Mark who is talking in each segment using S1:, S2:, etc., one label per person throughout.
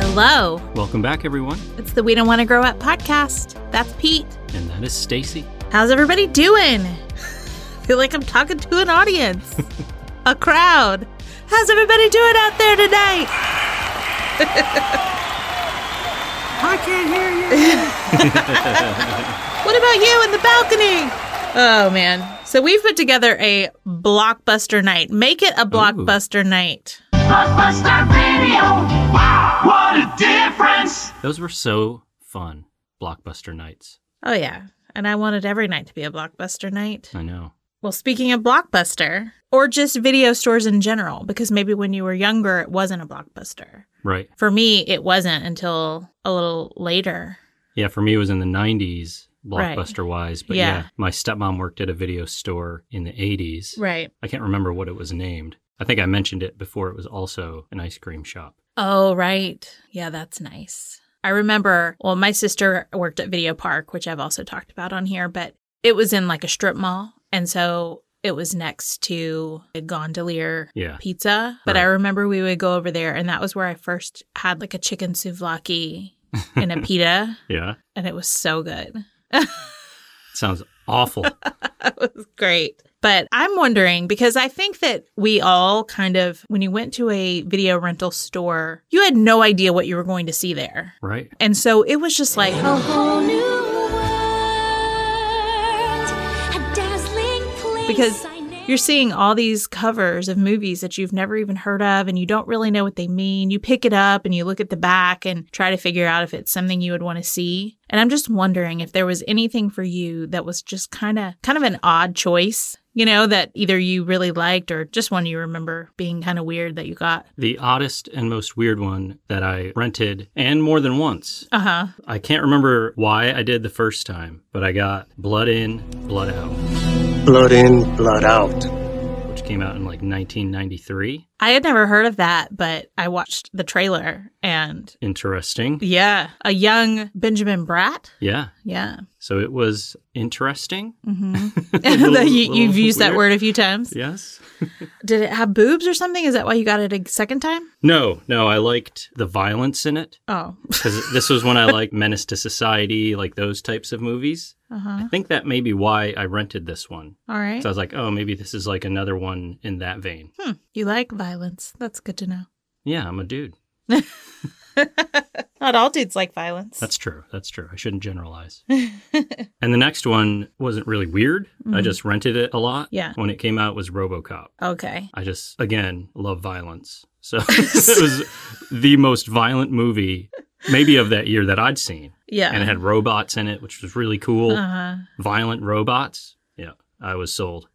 S1: Hello.
S2: Welcome back, everyone.
S1: It's the We Don't Want to Grow Up podcast. That's Pete.
S2: And that is Stacy.
S1: How's everybody doing? feel like I'm talking to an audience, a crowd. How's everybody doing out there tonight?
S2: I can't hear you.
S1: What about you in the balcony? Oh, man. So we've put together a blockbuster night. Make it a blockbuster night.
S3: Blockbuster Video. Wow, what a difference!
S2: Those were so fun. Blockbuster nights.
S1: Oh, yeah. And I wanted every night to be a blockbuster night.
S2: I know.
S1: Well, speaking of Blockbuster, or just video stores in general, because maybe when you were younger, it wasn't a Blockbuster.
S2: Right.
S1: For me, it wasn't until a little later.
S2: Yeah, for me, it was in the 90s,
S1: Right.
S2: blockbuster wise. But
S1: Yeah.
S2: yeah. my stepmom worked at a video store in the 80s.
S1: Right.
S2: I can't remember what it was named. I think I mentioned it before. It was also an ice cream shop.
S1: Oh, right. Yeah, that's nice. I remember, well, my sister worked at Video Park, which I've also talked about on here, but it was in like a strip mall. And so it was next to a gondolier
S2: Yeah.
S1: pizza. But I
S2: Right.
S1: remember we would go over there, and that was where I first had like a chicken souvlaki and a pita,
S2: Yeah.
S1: and it was so good.
S2: Sounds awful.
S1: That was great. But I'm wondering because I think that we all kind of, when you went to a video rental store, you had no idea what you were going to see there.
S2: right.
S1: And so it was just like,
S4: A whole new world, a dazzling place.
S1: because
S4: I
S1: you're seeing all these covers of movies that you've never even heard of and you don't really know what they mean. You pick it up and you look at the back and try to figure out if it's something you would want to see. And I'm just wondering if there was anything for you that was just kind of kind of an odd choice, you know, that either you really liked or just one you remember being kind of weird that you got.
S2: The oddest and most weird one that I rented and more than once.
S1: Uh-huh.
S2: I can't remember why I did the first time, but I got Blood In, Blood Out,
S5: Blood in, blood out.
S2: which came out in like 1993.
S1: I had never heard of that, but I watched the trailer and
S2: Interesting.
S1: yeah, a young Benjamin Bratt.
S2: Yeah.
S1: Yeah.
S2: So it was interesting.
S1: hmm
S2: Little-
S1: you,
S2: little
S1: you've used that
S2: weird.
S1: word a few times.
S2: Yes.
S1: Did it have boobs or something? Is that why you got it a second time?
S2: No, no, I liked the violence in it
S1: Oh,
S2: because this was when I liked Menace to Society, like those types of movies.
S1: uh-huh.
S2: I think that may be why I rented this one.
S1: All right.
S2: So I was like, oh, maybe this is like another one in that vein.
S1: hmm. You like violence. That's good to know.
S2: Yeah, I'm a dude.
S1: Not all dudes like violence.
S2: That's true. That's true. I shouldn't generalize. and the next one wasn't really weird. I
S1: Mhm.
S2: just rented it a lot.
S1: Yeah.
S2: When it came out, it was RoboCop.
S1: okay.
S2: I just again love violence. So it was the most violent movie maybe of that year that I'd seen.
S1: Yeah.
S2: And it had robots in it, which was really cool.
S1: uh-huh.
S2: Violent robots. Yeah, I was sold.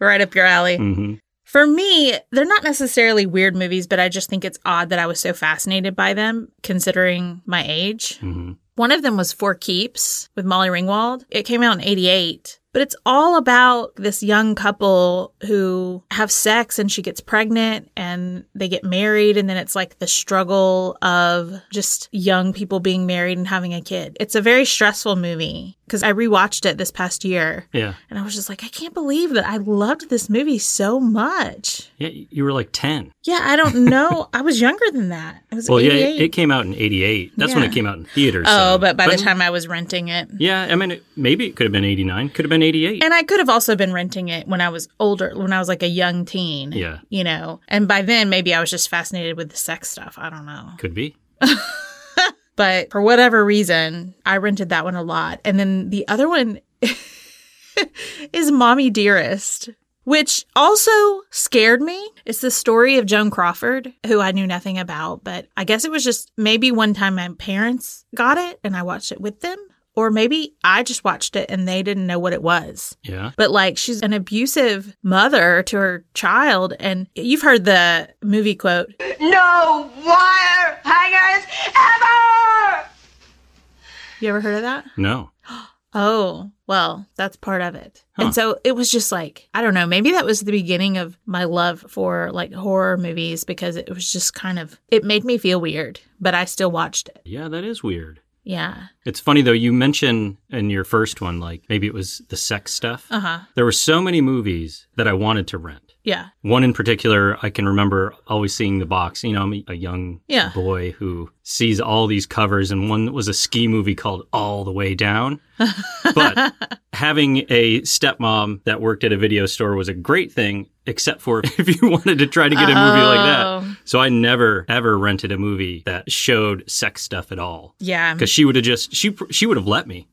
S1: Right up your alley.
S2: hmm
S1: For me, they're not necessarily weird movies, but I just think it's odd that I was so fascinated by them considering my age.
S2: hmm
S1: One of them was Four Keeps with Molly Ringwald. It came out in 88, but it's all about this young couple who have sex and she gets pregnant and they get married. And then it's like the struggle of just young people being married and having a kid. It's a very stressful movie because I rewatched it this past year
S2: Yeah.
S1: and I was just like, I can't believe that I loved this movie so much.
S2: Yeah, you were like 10.
S1: Yeah, I don't know. I was younger than that. I was
S2: Well,
S1: 88.
S2: yeah, it, it came out in 88. That's when
S1: Yeah.
S2: it came out in theaters.
S1: oh,
S2: so-
S1: but by the time I was renting it.
S2: Yeah, I mean, it, maybe it could have been 89, could have been 88.
S1: And I could have also been renting it when I was older, when I was like a young teen.
S2: Yeah.
S1: You know, and by then maybe I was just fascinated with the sex stuff. I don't know.
S2: could be.
S1: But for whatever reason, I rented that one a lot. And then the other one is Mommy Dearest, which also scared me. It's the story of Joan Crawford, who I knew nothing about, but I guess it was just maybe one time my parents got it and I watched it with them. Or maybe I just watched it and they didn't know what it was.
S2: Yeah.
S1: But like she's an abusive mother to her child. And you've heard the movie quote
S3: No wire hangers ever!
S1: You ever heard of that?
S2: No.
S1: Oh, well, that's part of it.
S2: Huh.
S1: And so it was just like, I don't know, maybe that was the beginning of my love for like horror movies because it was just kind of, it made me feel weird, but I still watched it.
S2: Yeah, that is weird.
S1: Yeah.
S2: It's funny though, you mention in your first one, like maybe it was the sex stuff.
S1: Uh huh.
S2: There were so many movies that I wanted to rent.
S1: Yeah.
S2: One in particular, I can remember always seeing the box. You know, I'm a young
S1: Yeah.
S2: boy who sees all these covers, and one was a ski movie called All the Way Down. but having a stepmom that worked at a video store was a great thing, except for if you wanted to try to get a movie like
S1: Oh.
S2: that. So I never, ever rented a movie that showed sex stuff at all
S1: Yeah.
S2: because she would have just she pr- she would have let me.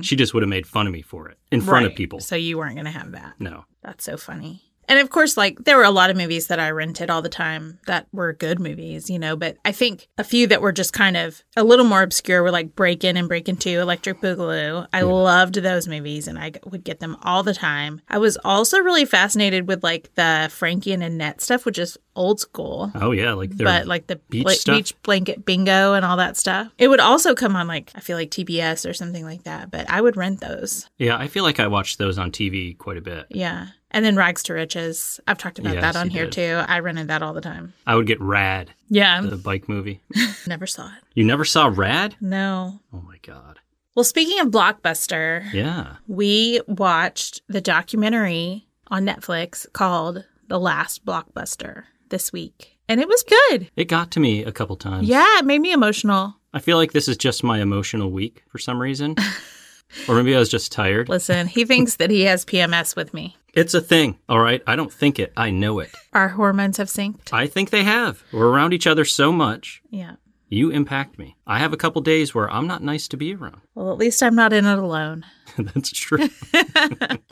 S2: She just would have made fun of me for it in front of
S1: Mm-hmm. Right.
S2: people.
S1: So you weren't going to have that.
S2: No,
S1: That's so funny. And of course, like there were a lot of movies that I rented all the time that were good movies, you know, but I think a few that were just kind of a little more obscure were like Break In and Break In 2, Electric Boogaloo. I loved those movies and I g- would get them all the time. I was also really fascinated with like the Frankie and Annette stuff, which is old school.
S2: oh yeah, like they're
S1: But like the
S2: beach
S1: bla-
S2: stuff?
S1: beach blanket bingo and all that stuff. It would also come on like, I feel like TBS or something like that, but I would rent those.
S2: yeah, I feel like I watched those on TV quite a bit.
S1: Yeah. And then Rags to Riches. I've talked about
S2: Yes,
S1: that on
S2: you
S1: here
S2: did.
S1: too. I rented that all the time.
S2: I would get Rad,
S1: Yeah.
S2: the bike movie.
S1: Never saw it.
S2: You never saw Rad?
S1: No.
S2: Oh my god.
S1: Well, speaking of Blockbuster,
S2: Yeah.
S1: we watched the documentary on Netflix called The Last Blockbuster this week. And it was good.
S2: It got to me a couple times.
S1: Yeah, it made me emotional.
S2: I feel like this is just my emotional week for some reason. or maybe I was just tired.
S1: Listen, he thinks that he has PMS with me.
S2: It's a thing, all right? I don't think it. I know it.
S1: Our hormones have synced.
S2: I think they have. We're around each other so much.
S1: Yeah.
S2: You impact me. I have a couple days where I'm not nice to be around.
S1: Well, at least I'm not in it alone.
S2: That's true.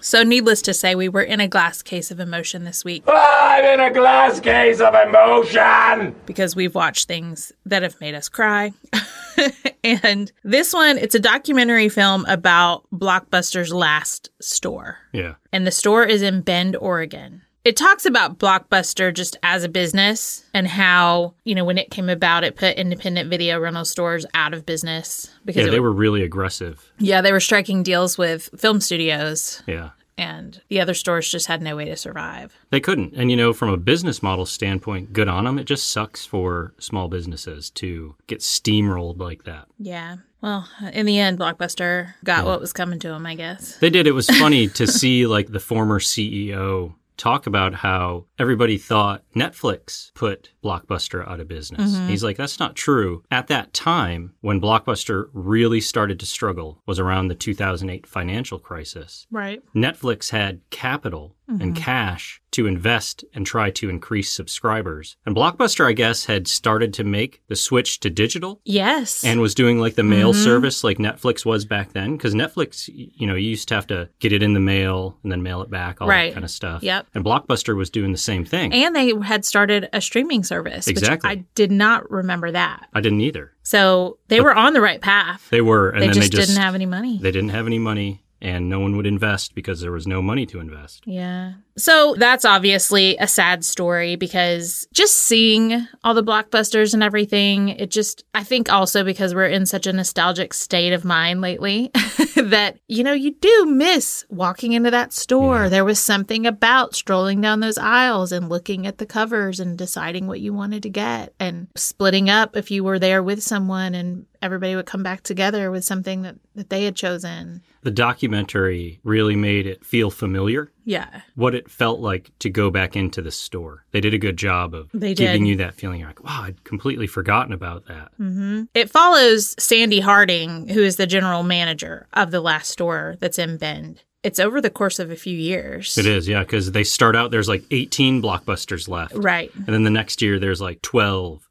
S1: So, needless to say, we were in a glass case of emotion this week.
S6: I'm in a glass case of emotion.
S1: because we've watched things that have made us cry. and this one, it's a documentary film about Blockbuster's last store.
S2: Yeah.
S1: And the store is in Bend, Oregon. It talks about Blockbuster just as a business and how, you know, when it came about, it put independent video rental stores out of business because
S2: Yeah,
S1: it
S2: they
S1: was-
S2: were really aggressive.
S1: yeah, they were striking deals with film studios
S2: Yeah.
S1: and the other stores just had no way to survive.
S2: They couldn't. And, you know, from a business model standpoint, good on them. It just sucks for small businesses to get steamrolled like that.
S1: Yeah. Well, in the end, Blockbuster got what was coming to him, I guess.
S2: They did. It was funny to see, like, the former CEO talk about how everybody thought Netflix put Blockbuster out of business. He's like, that's not true. At that time, when Blockbuster really started to struggle was around the 2008 financial crisis.
S1: Right.
S2: Netflix had capital and
S1: Mm-hmm.
S2: cash to invest and try to increase subscribers. And Blockbuster, I guess, had started to make the switch to digital
S1: Yes.
S2: and was doing like the mail
S1: Mm-hmm.
S2: service like Netflix was back then. Because Netflix, y- you know, you used to have to get it in the mail and then mail it back, all
S1: Right.
S2: that kind of stuff.
S1: Yep.
S2: And Blockbuster was doing the same thing.
S1: and they had started a streaming service. which
S2: Exactly.
S1: I did not remember that.
S2: I didn't either.
S1: So they were on the right path.
S2: They were, and
S1: They,
S2: then
S1: just
S2: they just
S1: didn't have any money.
S2: They didn't have any money, and no one would invest because there was no money to invest.
S1: yeah. So that's obviously a sad story because just seeing all the blockbusters and everything, it just, I think also because we're in such a nostalgic state of mind lately that, you know, you do miss walking into that store. There was something about strolling down those aisles and looking at the covers and deciding what you wanted to get and splitting up if you were there with someone and everybody would come back together with something that, that they had chosen.
S2: The documentary really made it feel familiar.
S1: Yeah.
S2: what it felt like to go back into the store. They did a good job of
S1: They
S2: giving
S1: did.
S2: you that feeling. You're like, wow, I'd completely forgotten about that.
S1: Mm-hmm. It follows Sandy Harding, who is the general manager of the last store that's in Bend. It's over the course of a few years.
S2: It is, yeah, because they start out, there's like 18 blockbusters left.
S1: Right. Uh-huh.
S2: And then the next year, there's like 12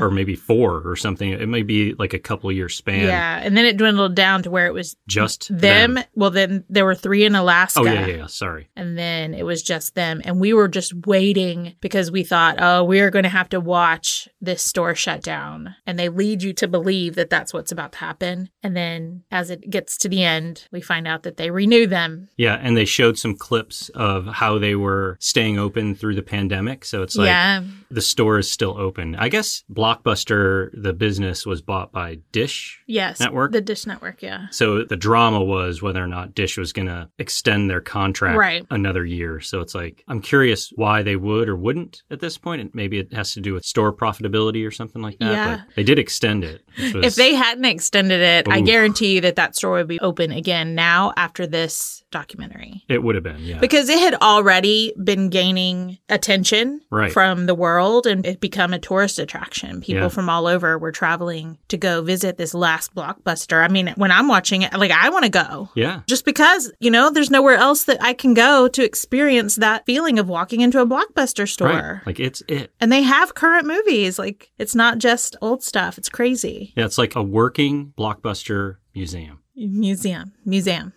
S2: or maybe four or something. It may be like a couple year span.
S1: yeah. And then it dwindled down to where it was
S2: Just
S1: them. Well, then there were three in Alaska.
S2: Oh, yeah, yeah, yeah. Sorry.
S1: And then it was just them. And we were just waiting because we thought, oh, we are going to have to watch this store shut down. And they lead you to believe that that's what's about to happen. And then as it gets to the end, we find out that they renew them
S2: Yeah. And they showed some clips of how they were staying open through the pandemic. So it's like
S1: Yeah.
S2: the store is still open. I guess this Blockbuster, the business was bought by Dish.
S1: Yes.
S2: Network?
S1: The Dish Network, yeah.
S2: So the drama was whether or not Dish was going to extend their contract
S1: Right.
S2: another year. So it's like, I'm curious why they would or wouldn't at this point. And maybe it has to do with store profitability or something like that.
S1: Yeah.
S2: But they did extend it. which was-
S1: If they hadn't extended it, I
S2: Oof.
S1: guarantee you that that store would be open again now after this documentary.
S2: It would have been, yeah.
S1: Because it had already been gaining attention
S2: Right.
S1: from the world and it become a tourist attraction. People
S2: Yeah.
S1: from all over were traveling to go visit this last blockbuster. I mean, when I'm watching it, like I want to go.
S2: yeah.
S1: Just because, you know, there's nowhere else that I can go to experience that feeling of walking into a blockbuster store.
S2: Right. Like it's it.
S1: And they have current movies. Like it's not just old stuff. It's crazy.
S2: Yeah, it's like a working Blockbuster museum.
S1: Museum. Museum.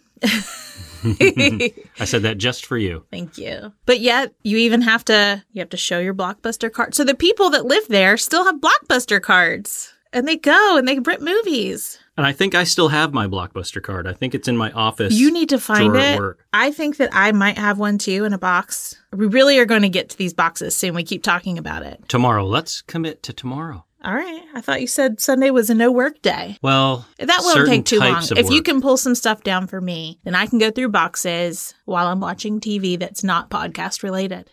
S2: I said that just for you.
S1: Thank you. But yet you even have to you have to show your blockbuster card. So the people that live there still have blockbuster cards. And they go and they rent movies.
S2: And I think I still have my Blockbuster card. I think it's in my office.
S1: You need to find
S2: drawer at
S1: it.
S2: work.
S1: I think that I might have one too in a box. We really are going to get to these boxes soon. We keep talking about it.
S2: tomorrow. Let's commit to tomorrow.
S1: All right. I thought you said Sunday was a no work day.
S2: Well,
S1: That won't
S2: certain
S1: take too long.
S2: types of
S1: If you
S2: work.
S1: can pull some stuff down for me, then I can go through boxes while I'm watching TV that's not podcast related.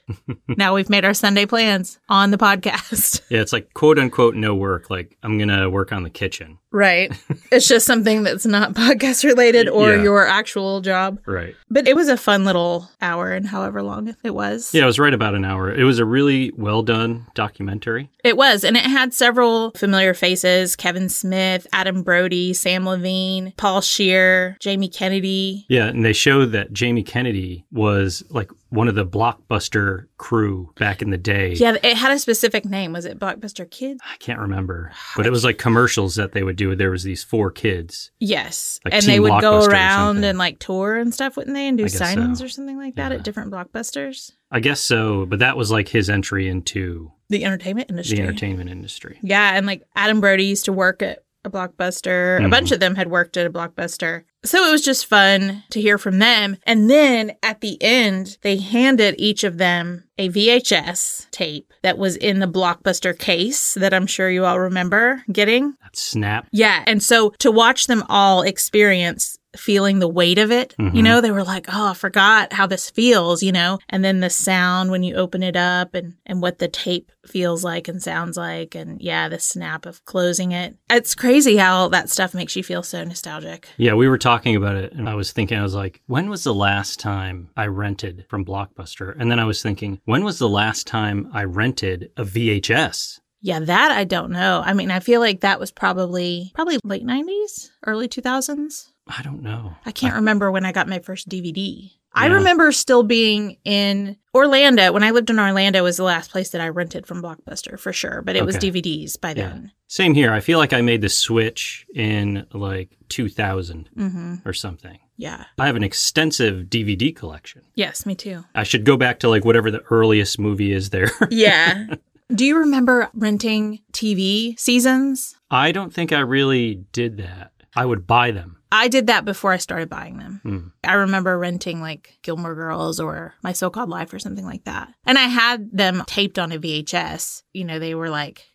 S1: now we've made our Sunday plans on the podcast.
S2: Yeah, it's like quote unquote no work. Like I'm gonna work on the kitchen.
S1: Right. it's just something that's not podcast related or
S2: Yeah.
S1: your actual job.
S2: Right.
S1: But it was a fun little hour and however long it was.
S2: Yeah, it was right about an hour. It was a really well done documentary.
S1: It was, and it had several familiar faces Kevin Smith, Adam Brody, Sam Levine, Paul Shear, Jamie Kennedy.
S2: Yeah, and they showed that Jamie Kennedy was like one of the blockbuster crew back in the day.
S1: Yeah, it had a specific name. Was it Blockbuster Kids?
S2: I can't remember. But it was like commercials that they would do. There was these four kids.
S1: Yes.
S2: Like
S1: and
S2: Teen
S1: they would
S2: Blockbuster
S1: go
S2: or
S1: around
S2: something.
S1: and like tour and stuff, wouldn't they? And do
S2: I guess
S1: signings
S2: so.
S1: or something like that at different blockbusters.
S2: I guess so, but that was like his entry into
S1: The entertainment industry.
S2: the entertainment industry.
S1: Yeah, and like Adam Brody used to work at a blockbuster.
S2: Mm-hmm.
S1: A bunch of them had worked at a blockbuster. So it was just fun to hear from them. And then at the end, they handed each of them a VHS tape that was in the blockbuster case that I'm sure you all remember getting.
S2: That snap.
S1: Yeah. And so to watch them all experience feeling the weight of it, you know, they were like, oh, I forgot how this feels, you know, and then the sound when you open it up and, and what the tape feels like and sounds like. And yeah, the snap of closing it. It's crazy how that stuff makes you feel so nostalgic.
S2: Yeah, we were talking about it, and I was thinking, I was like, when was the last time I rented from Blockbuster? And then I was thinking, when was the last time I rented a VHS?
S1: Yeah, that I don't know. I mean, I feel like that was probably, probably late 90s, early 2000s.
S2: I don't know.
S1: I can't remember when I got my first DVD. I
S2: Yeah.
S1: remember still being in Orlando. When I lived in Orlando was the last place that I rented from Blockbuster for sure, but it was
S2: Okay.
S1: DVDs by then.
S2: Same here. I feel like I made the switch in like 2000 or something.
S1: Mm-hmm. Yeah.
S2: I have an extensive DVD collection.
S1: Yes, me too.
S2: I should go back to like whatever the earliest movie is there.
S1: Yeah. Do you remember renting TV seasons?
S2: I don't think I really did that. I would buy them.
S1: I did that before I started buying them.
S2: Hmm.
S1: I remember renting like Gilmore Girls or My So Called Life or something like that. And I had them taped on a VHS. You know, they were like,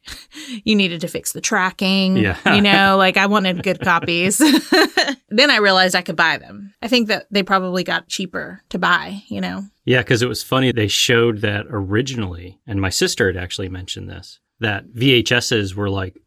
S1: you needed to fix the tracking.
S2: Yeah.
S1: you know, like I wanted good copies. then I realized I could buy them. I think that they probably got cheaper to buy, you know?
S2: Yeah, because it was funny. They showed that originally, and my sister had actually mentioned this, that VHSs were like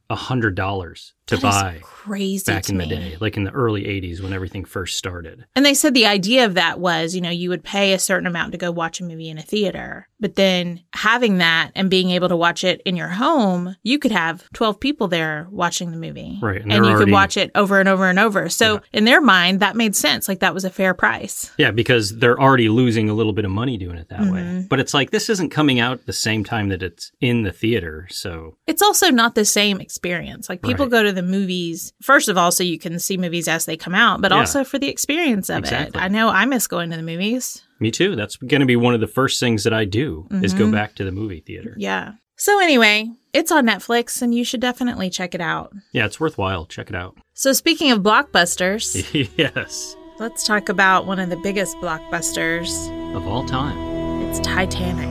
S2: $100
S1: That
S2: to
S1: is
S2: buy
S1: crazy.
S2: back
S1: to
S2: in the
S1: me.
S2: day, like in the early 80s when everything first started.
S1: And they said the idea of that was, you know, you would pay a certain amount to go watch a movie in a theater, but then having that and being able to watch it in your home, you could have 12 people there watching the movie.
S2: Right, and
S1: And, you
S2: they're
S1: could
S2: already-
S1: watch it over and over and over. So in their mind, that made sense. Like that was a fair price.
S2: Yeah, because they're already losing a little bit of money doing it that way.
S1: Mm-hmm.
S2: But it's like, this isn't coming out the same time that it's in the theater. So,
S1: It's also not the same experience. Like people
S2: Right.
S1: go to the movies, first of all, so you can see movies as they come out, but
S2: Yeah.
S1: also for the experience of
S2: Exactly.
S1: it. I know I miss going to the movies.
S2: me too. That's going to be one of the first things that I do is
S1: Mm-hmm.
S2: go back to the movie theater. Yeah.
S1: Yeah. So anyway, it's on Netflix and you should definitely check it out.
S2: it's worthwhile. Check it out.
S1: So, speaking of blockbusters,
S2: yes,
S1: let's talk about one of the biggest blockbusters.
S2: of all time.
S1: It's Titanic.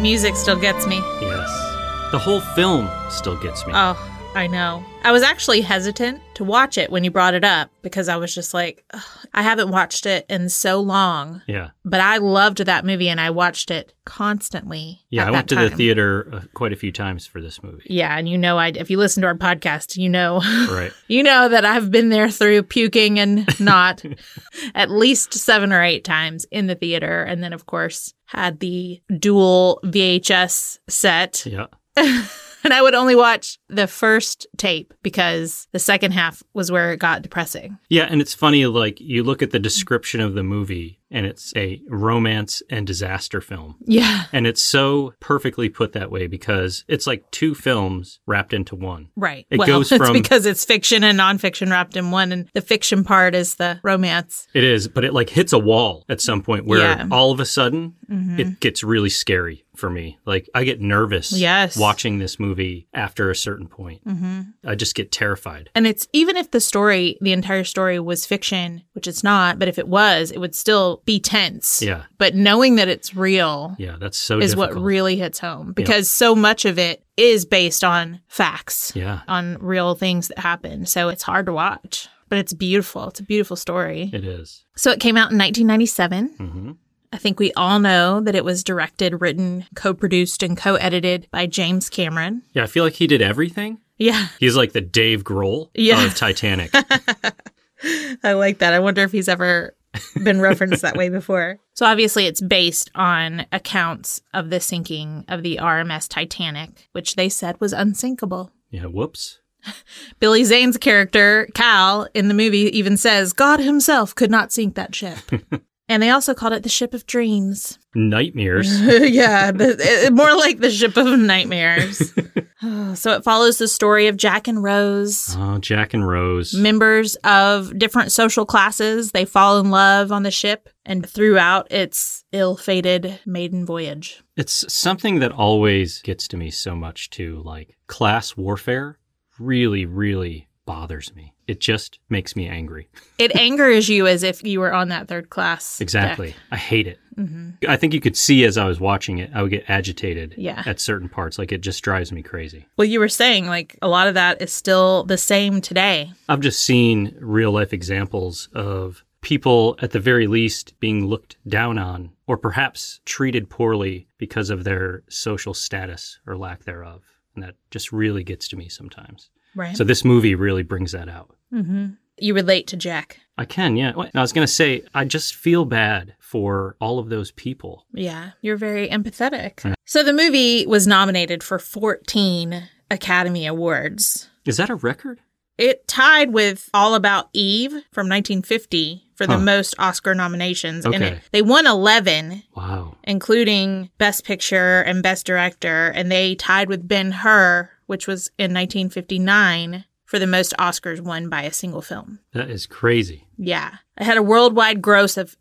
S1: music still gets me.
S2: Yes. The whole film still gets me.
S1: Oh, I know. I was actually hesitant to watch it when you brought it up because I was just like, "Ugh, I haven't watched it in so long.
S2: yeah.
S1: But I loved that movie and I watched it constantly.
S2: Yeah,
S1: at
S2: I
S1: that
S2: went to the
S1: time.
S2: theater uh, quite a few times for this movie.
S1: Yeah, and you know, I if you listen to our podcast, you know,
S2: Right.
S1: you know that I've been there through puking and not at least seven or eight times in the theater, and then of course had the dual VHS set,
S2: Yeah.
S1: and I would only watch the first tape because the second half was where it got depressing.
S2: Yeah, and it's funny like you look at the description of the movie and it's a romance and disaster film.
S1: Yeah,
S2: And it's so perfectly put that way because it's like two films wrapped into one.
S1: right.
S2: It
S1: well,
S2: goes
S1: it's
S2: from-
S1: because it's fiction and nonfiction wrapped in one, and the fiction part is the romance.
S2: It is, but it like hits a wall at some point where
S1: Yeah. Mm-hmm.
S2: all of a sudden it gets really scary for me. Like I get nervous
S1: Yes. Mm-hmm.
S2: watching this movie after a certain point. I just get terrified.
S1: And it's even if the story, the entire story was fiction, which it's not, but if it was, it would still be tense.
S2: Yeah.
S1: But knowing that it's real
S2: Yeah, that's so
S1: is
S2: difficult.
S1: what really hits home because so much of it is based on facts,
S2: Yeah.
S1: on real things that happen. So it's hard to watch, but it's beautiful. It's a beautiful story.
S2: It is.
S1: So it came out in 1997.
S2: Mm-hmm.
S1: I think we all know that it was directed, written, co produced, and co edited by James Cameron.
S2: Yeah, I feel like he did everything.
S1: Yeah.
S2: He's like the Dave Grohl
S1: Yeah.
S2: of Titanic.
S1: I like that. I wonder if he's ever been referenced that way before. So obviously it's based on accounts of the sinking of the RMS Titanic, which they said was unsinkable.
S2: yeah, whoops.
S1: Billy Zane's character, Cal, in the movie even says God himself could not sink that ship. and they also called it the ship of dreams.
S2: Nightmares.
S1: yeah, the, it- more like the ship of nightmares. Oh, so it follows the story of Jack and Rose
S2: oh, Jack and Rose.
S1: members of different social classes. They fall in love on the ship and throughout its ill fated maiden voyage.
S2: It's something that always gets to me so much too. Like class warfare really, really bothers me. It just makes me angry.
S1: It angers you as if you were on that third class. Mm-hmm.
S2: Exactly.
S1: deck.
S2: I hate it. I think you could see as I was watching it, I would get agitated
S1: Yeah.
S2: at certain parts. Like it just drives me crazy.
S1: Well, you were saying like a lot of that is still the same today.
S2: I've just seen real life examples of people, at the very least, being looked down on or perhaps treated poorly because of their social status or lack thereof. And that just really gets to me sometimes.
S1: Right. Mm-hmm.
S2: So this movie really brings that out.
S1: you relate to Jack.
S2: I can, yeah. Wait, I was going to say, I just feel bad for all of those people.
S1: Yeah. You're very empathetic. So the movie was nominated for 14 Academy Awards.
S2: Is that a record?
S1: It tied with All About Eve from 1950 for the
S2: Huh.
S1: most Oscar nominations. And
S2: Okay.
S1: it, they won 11,
S2: Wow.
S1: including Best Picture and Best Director, and they tied with Ben Hur, which was in 1959, for the most Oscars won by a single film.
S2: That is crazy.
S1: Yeah. It had a worldwide gross of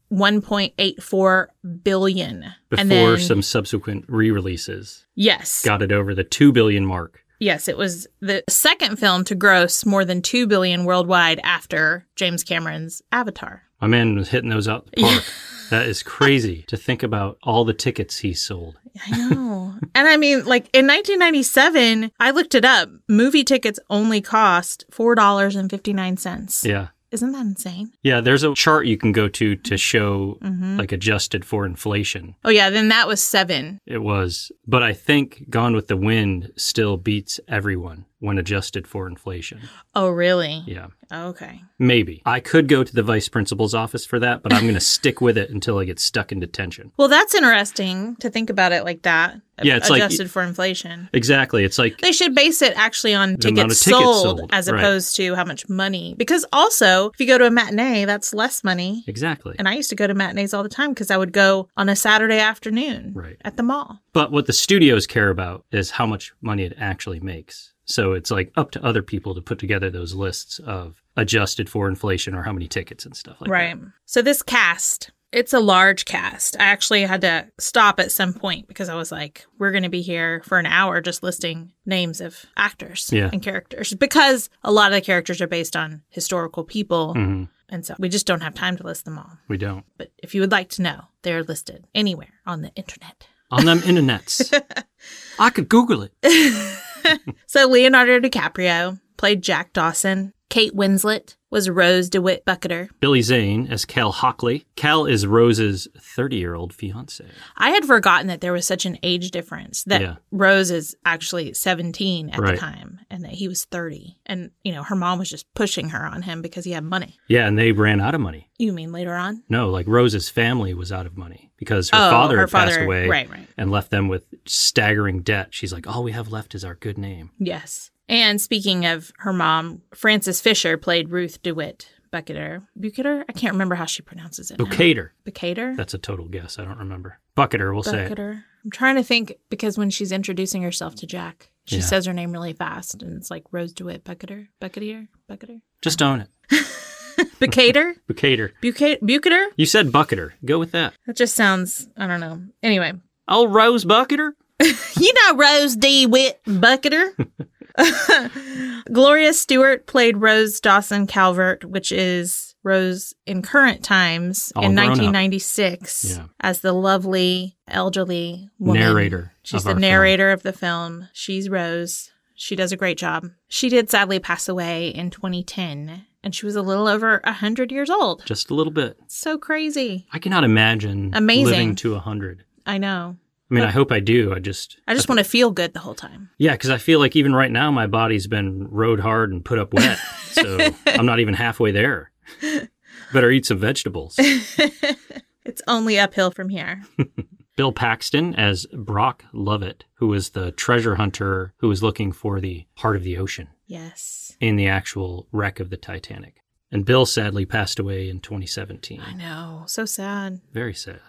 S1: 1.84 billion.
S2: Before
S1: and then,
S2: some subsequent re releases,
S1: Yes.
S2: got it over the 2 billion mark.
S1: Yes, it was the second film to gross more than 2 billion worldwide after James Cameron's Avatar.
S2: My man was hitting those out the park. that is crazy to think about all the tickets he sold.
S1: I know. and I mean, like in 1997, I looked it up. Movie tickets only cost $4.59.
S2: Yeah.
S1: Isn't that insane?
S2: Yeah, there's a chart you can go to to show like adjusted for inflation.
S1: Oh, yeah. Then that was seven.
S2: It was, but I think Gone with the Wind still beats everyone when adjusted for inflation.
S1: Oh, really?
S2: Yeah.
S1: Okay.
S2: Maybe. I could go to the vice principal's office for that, but I'm going to stick with it until I get stuck in detention.
S1: Well, that's interesting to think about it like that.
S2: Yeah, it's like-
S1: adjusted for inflation.
S2: Exactly. It's like
S1: They should base it actually on
S2: The amount
S1: tickets,
S2: of tickets
S1: sold,
S2: sold,
S1: as
S2: right.
S1: opposed to how much money. Because also, if you go to a matinee, that's less money.
S2: exactly.
S1: And I used to go to matinees all the time because I would go on a Saturday afternoon
S2: Right.
S1: at the mall.
S2: But what the studios care about is how much money it actually makes. So it's like up to other people to put together those lists of adjusted for inflation or how many tickets and stuff like
S1: right.
S2: that.
S1: So this cast, it's a large cast. I actually had to stop at some point because I was like, we're going to be here for an hour just listing names of actors
S2: Yeah.
S1: and characters because a lot of the characters are based on historical people.
S2: Mhm.
S1: And so we just don't have time to list them all.
S2: We don't.
S1: But if you would like to know, they're listed anywhere on the internet.
S2: on them internets. I could Google it.
S1: So Leonardo DiCaprio played Jack Dawson. Kate Winslet was Rose DeWitt Bucketer.
S2: Billy Zane as Cal Hockley. Cal is Rose's 30 year old fiance.
S1: I had forgotten that there was such an age difference that
S2: Yeah.
S1: Rose is actually 17 at
S2: Right.
S1: the time and that he was 30. And, you know, her mom was just pushing her on him because he had money.
S2: Yeah, and they ran out of money.
S1: You mean later on?
S2: No, like Rose's family was out of money because her
S1: Oh,
S2: father
S1: her
S2: had passed
S1: father-
S2: away
S1: right, right.
S2: and left them with staggering debt. She's like, all we have left is our good name.
S1: Yes. And speaking of her mom, Frances Fisher played Ruth DeWitt Bucketer. Bucketer? I can't remember how she pronounces it. now.
S2: Bucater.
S1: Bucketer?
S2: That's a total guess. I don't remember. Bucketer, we'll say it.
S1: Bucketer. I'm trying to think because when she's introducing herself to Jack, she
S2: Yeah.
S1: says her name really fast and it's like Rose DeWitt Bucketer, Bucketeer, Bucketer,
S2: Just own it.
S1: Bucater,
S2: Bucater.
S1: Buca- Bucater.
S2: You said Bucketer. Go with that.
S1: That just sounds, I don't know. Anyway,
S2: Oh, Rose Bucketer?
S1: you know Rose DeWitt Bucketer. Gloria Stewart played Rose Dawson Calvert, which is Rose in current times
S2: All
S1: in
S2: grown up.
S1: 1996
S2: Yeah.
S1: as the lovely elderly woman.
S2: Narrator
S1: She's
S2: of
S1: the
S2: our film.
S1: narrator of the film. She's Rose. She does a great job. She did sadly pass away in 2010, and she was a little over 100 years old.
S2: Just a little bit.
S1: So crazy.
S2: I cannot imagine
S1: Amazing.
S2: living to 100.
S1: I know.
S2: I mean, I hope I do. I just,
S1: I just want to feel good the whole time.
S2: yeah, because I feel like even right now my body's been rode hard and put up wet. so I'm not even halfway there. Better eat some vegetables.
S1: It's only uphill from here.
S2: Bill Paxton as Brock Lovett, who was the treasure hunter who was looking for the heart of the ocean
S1: Yes.
S2: in the actual wreck of the Titanic. And Bill sadly passed away in 2017.
S1: I know. So sad.
S2: Very sad.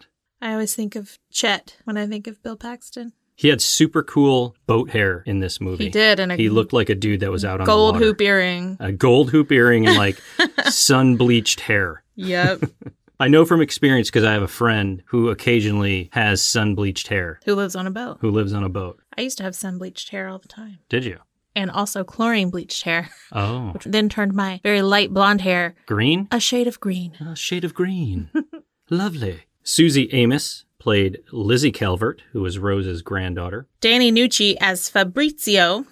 S1: I always think of Chet when I think of Bill Paxton.
S2: He had super cool boat hair in this movie.
S1: He did, and a
S2: He looked like a dude that was out on
S1: gold
S2: the water.
S1: hoop earring.
S2: a gold hoop earring and like sun bleached hair.
S1: Yep.
S2: I know from experience because I have a friend who occasionally has sun bleached hair
S1: Who lives on a boat?
S2: who lives on a boat.
S1: I used to have sun bleached hair all the time.
S2: Did you?
S1: And also chlorine bleached hair,
S2: Oh,
S1: which then turned my very light blonde hair
S2: green?
S1: a shade of green.
S2: A shade of green. Lovely. Susie Amos played Lizzie Calvert, who was Rose's granddaughter.
S1: Danny Nucci as Fabrizio,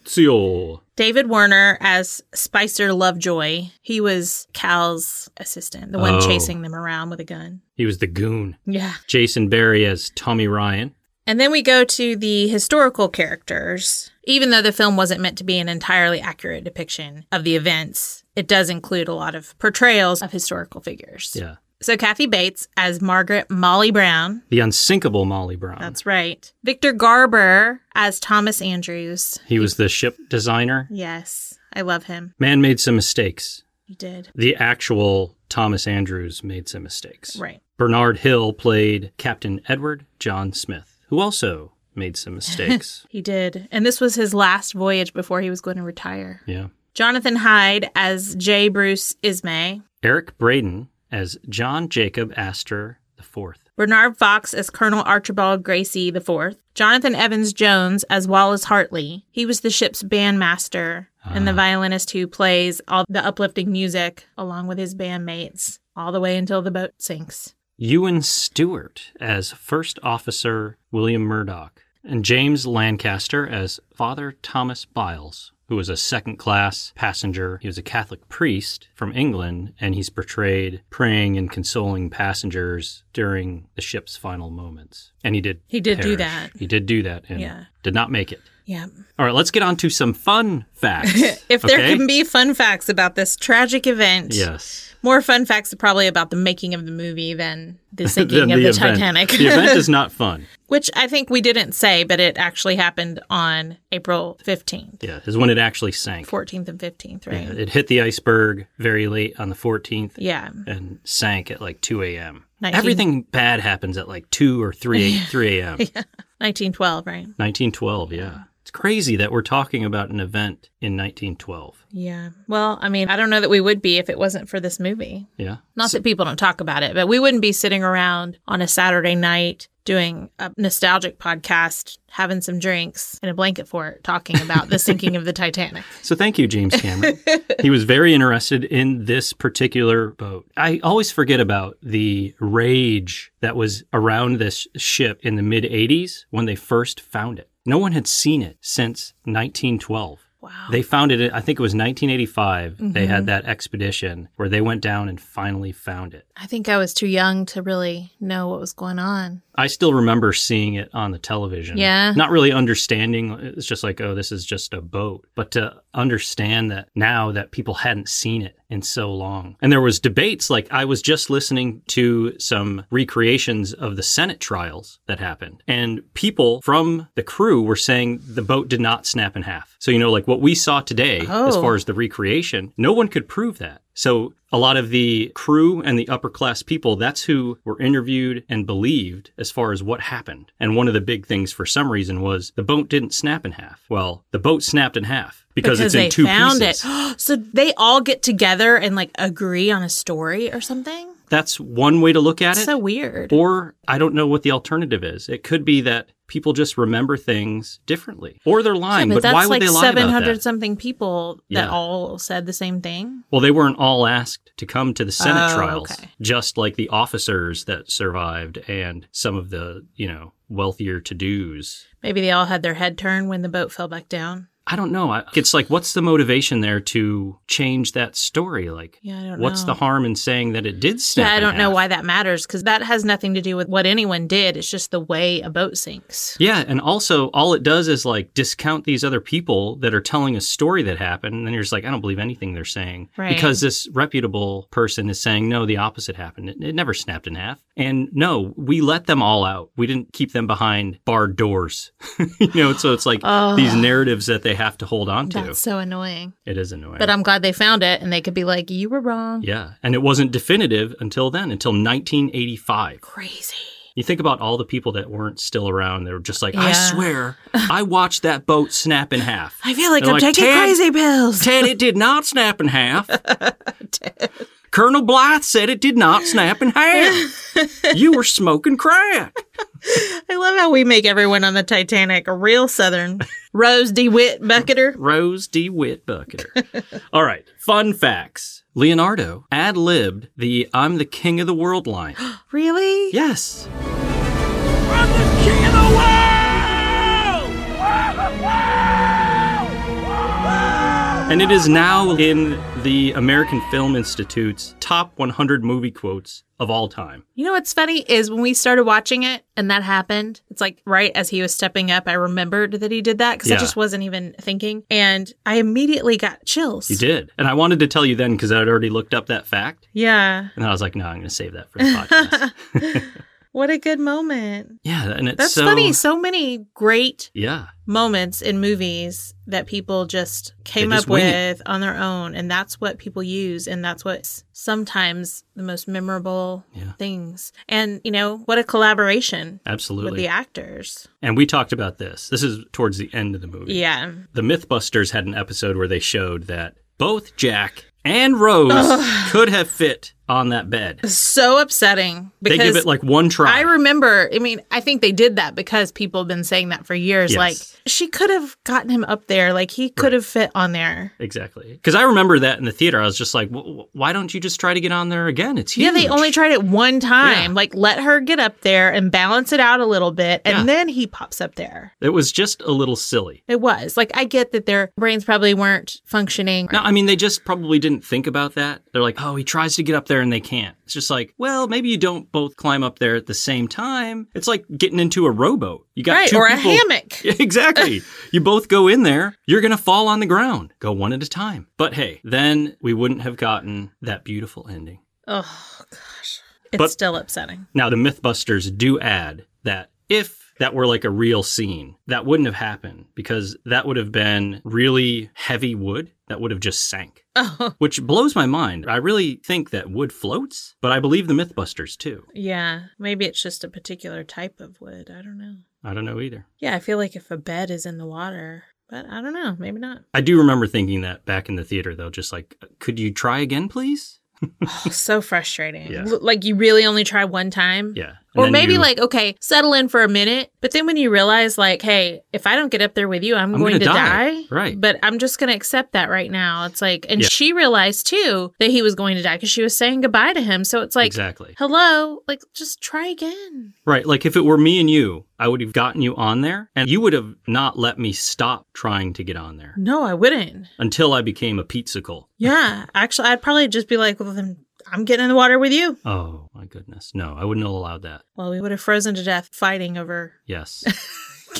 S2: Fabrizio.
S1: David Warner as Spicer Lovejoy. He was Cal's assistant, the one
S2: Oh.
S1: chasing them around with a gun.
S2: He was the goon.
S1: Yeah.
S2: Jason Barry as Tommy Ryan.
S1: And then we go to the historical characters. Even though the film wasn't meant to be an entirely accurate depiction of the events, it does include a lot of portrayals of historical figures.
S2: Yeah.
S1: So Kathy Bates as Margaret Molly Brown.
S2: The unsinkable Molly Brown.
S1: That's right. Victor Garber as Thomas Andrews.
S2: he was the ship designer.
S1: Yes, I love him.
S2: Man made some mistakes.
S1: He did.
S2: The actual Thomas Andrews made some mistakes.
S1: Right.
S2: Bernard Hill played Captain Edward John Smith, who also made some mistakes.
S1: He did. And this was his last voyage before he was going to retire.
S2: yeah.
S1: Jonathan Hyde as J. Bruce Ismay.
S2: Eric Braden as John Jacob Astor IV.
S1: Bernard Fox as Colonel Archibald Gracie IV, Jonathan Evans Jones as Wallace Hartley. He was the ship's bandmaster and the violinist who plays all the uplifting music along with his bandmates all the way until the boat sinks.
S2: Ewan Stewart as First Officer William Murdoch, and James Lancaster as Father Thomas Biles, who was a second class passenger. He was a Catholic priest from England, and he's portrayed praying and consoling passengers during the ship's final moments. And he did.
S1: He did do
S2: perish.
S1: that.
S2: He did do that and
S1: Yeah.
S2: did not make it.
S1: Yeah.
S2: All right, let's get on to some fun facts.
S1: If there
S2: okay?
S1: can be fun facts about this tragic event,
S2: Yes.
S1: more fun facts probably about the making of the movie than the sinking
S2: Than
S1: of the,
S2: event.
S1: Titanic.
S2: the event is not fun.
S1: Which I think we didn't say, but it actually happened on April 15th,
S2: Yeah, is when it actually sank.
S1: 14th and 15th,
S2: Yeah,
S1: right?
S2: it hit the iceberg very late on the 14th
S1: Yeah.
S2: and sank at like 2 a.m.
S1: Nineteen-
S2: Everything bad happens at like 2 or 3, 3 a.m.
S1: 1912, right?
S2: 1912, yeah. It's crazy that we're talking about an event in 1912.
S1: Yeah. Well, I mean, I don't know that we would be if it wasn't for this movie.
S2: Yeah.
S1: Not that people don't talk about it, but we wouldn't be sitting around on a Saturday night doing a nostalgic podcast, having some drinks and a blanket fort, talking about the sinking of the Titanic.
S2: So thank you, James Cameron. he was very interested in this particular boat. I always forget about the rage that was around this ship in the mid 80s when they first found it. No one had seen it since 1912.
S1: Wow.
S2: They found it, I think it was 1985. They had that expedition where they went down and finally found it.
S1: I think I was too young to really know what was going on.
S2: I still remember seeing it on the television.
S1: Yeah.
S2: Not really understanding. It's just like, oh, this is just a boat. But to understand that now that people hadn't seen it in so long. And there was debates. Like I was just listening to some recreations of the Senate trials that happened. And people from the crew were saying the boat did not snap in half. So, you know, like what we saw today as
S1: Oh.
S2: far as the recreation, no one could prove that. So a lot of the crew and the upper class people, that's who were interviewed and believed as far as what happened. And one of the big things for some reason was the boat didn't snap in half. Well, the boat snapped in half because, it's in
S1: they
S2: two
S1: found
S2: pieces.
S1: it. so they all get together and like agree on a story or something?
S2: That's one way to look at it.
S1: That's so weird.
S2: Or I don't know what the alternative is. It could be that people just remember things differently. Or they're lying,
S1: Yeah,
S2: but,
S1: that's
S2: why would
S1: like
S2: they lie about
S1: 700
S2: that?
S1: something people
S2: Yeah.
S1: that all said the same thing.
S2: Well, they weren't all asked to come to the Senate
S1: Oh,
S2: trials,
S1: okay.
S2: just like the officers that survived and some of the, you know, wealthier to dos.
S1: Maybe they all had their head turned when the boat fell back down.
S2: I don't know. I- It's like, what's the motivation there to change that story? Like,
S1: Yeah, I don't
S2: what's
S1: know.
S2: the harm in saying that it did snap?
S1: Yeah, I
S2: in
S1: don't know
S2: half?
S1: why that matters because that has nothing to do with what anyone did. It's just the way a boat sinks.
S2: Yeah, and also all it does is like discount these other people that are telling a story that happened, and then you're just like, I don't believe anything they're saying
S1: Right.
S2: because this reputable person is saying no, the opposite happened. It, it never snapped in half, and no, we let them all out. We didn't keep them behind barred doors, you know. So it's like these narratives that they have to hold on to.
S1: Oh. That's so annoying.
S2: it is annoying.
S1: But I'm glad they found it and they could be like, you were wrong.
S2: yeah, and it wasn't definitive until then, until 1985.
S1: Crazy.
S2: You think about all the people that weren't still around. They were just like, I
S1: Yeah.
S2: swear, I watched that boat snap in half.
S1: I feel like
S2: They're
S1: I'm taking
S2: "Ted,
S1: crazy pills.
S2: Ted, it did not snap in half. Colonel Blythe said it did not snap in half. you were smoking crack.
S1: I love how we make everyone on the Titanic a real Southern. Rose DeWitt Bucketer.
S2: Rose DeWitt Bucketer. All right, fun facts. Leonardo ad libbed the I'm the king of the world line.
S1: Really?
S2: Yes.
S6: I'm the king of the world!
S2: And it is now in the American Film Institute's top 100 movie quotes of all time.
S1: You know what's funny is when we started watching it and that happened, it's like right as he was stepping up, I remembered that he did that because
S2: Yeah.
S1: I just wasn't even thinking. And I immediately got chills.
S2: You did. And I wanted to tell you then because I'd already looked up that fact.
S1: Yeah.
S2: And I was like, no, I'm going to save that for the podcast.
S1: What a good moment.
S2: yeah. And it's
S1: That's
S2: so.
S1: funny. So many great
S2: Yeah.
S1: moments in movies that people just came
S2: just
S1: up
S2: wing
S1: with on their own. And that's what people use. And that's what's sometimes the most memorable
S2: Yeah.
S1: things. And, you know, what a collaboration with
S2: Absolutely.
S1: the actors.
S2: and we talked about this. This is towards the end of the movie.
S1: Yeah.
S2: The Mythbusters had an episode where they showed that both Jack and Rose could have fit on that bed.
S1: So upsetting
S2: They
S1: because
S2: give it like one try.
S1: I remember, I mean, I think they did that because people have been saying that for years.
S2: Yes.
S1: Like, she could have gotten him up there. Like, he could have fit on there.
S2: exactly. Because I remember that in the theater. I was just like, "W- w- why don't you just try to get on there again? It's huge.
S1: Yeah, they only tried it one time. Like, let her get up there and balance it out a little bit, and
S2: Yeah.
S1: then he pops up there.
S2: It was just a little silly.
S1: It was like I get that their brains probably weren't functioning.
S2: No, I mean, they just probably didn't think about that. They're like, oh, he tries to get up there and they can't. It's just like, well, maybe you don't both climb up there at the same time. It's like getting into a rowboat. You got
S1: right,
S2: two
S1: or
S2: people-
S1: a hammock.
S2: exactly. you both go in there, you're going to fall on the ground. Go one at a time. But hey, then we wouldn't have gotten that beautiful ending.
S1: Oh gosh, it's
S2: But-
S1: still upsetting.
S2: Now, the Mythbusters do add that if that were like a real scene, that wouldn't have happened because that would have been really heavy wood that would have just sank.
S1: Oh
S2: Which blows my mind. I really think that wood floats, but I believe the Mythbusters too.
S1: yeah, maybe it's just a particular type of wood. I don't know.
S2: I don't know either.
S1: Yeah, I feel like if a bed is in the water, but I don't know, maybe not.
S2: I do remember thinking that back in the theater, though, just like, could you try again, please?
S1: so frustrating.
S2: Yeah.
S1: L- Like you really only try one time.
S2: Yeah. And
S1: Or
S2: then
S1: maybe
S2: you-
S1: like, okay, settle in for a minute. But then when you realize, like, hey, if I don't get up there with you, I'm,
S2: I'm
S1: going
S2: gonna
S1: to die.
S2: die. Right.
S1: But I'm just going to accept that right now. It's like, and
S2: Yeah.
S1: she realized too that he was going to die because she was saying goodbye to him. So it's like,
S2: exactly.
S1: hello, like, just try again.
S2: Right. Like if it were me and you, I would have gotten you on there and you would have not let me stop trying to get on there
S1: No, I wouldn't.
S2: until I became a pizzicle.
S1: Yeah. Actually, I'd probably just be like, well, then I'm getting in the water with you.
S2: Oh my goodness. No, I wouldn't have allowed that.
S1: Well, we would have frozen to death fighting over
S2: Yes.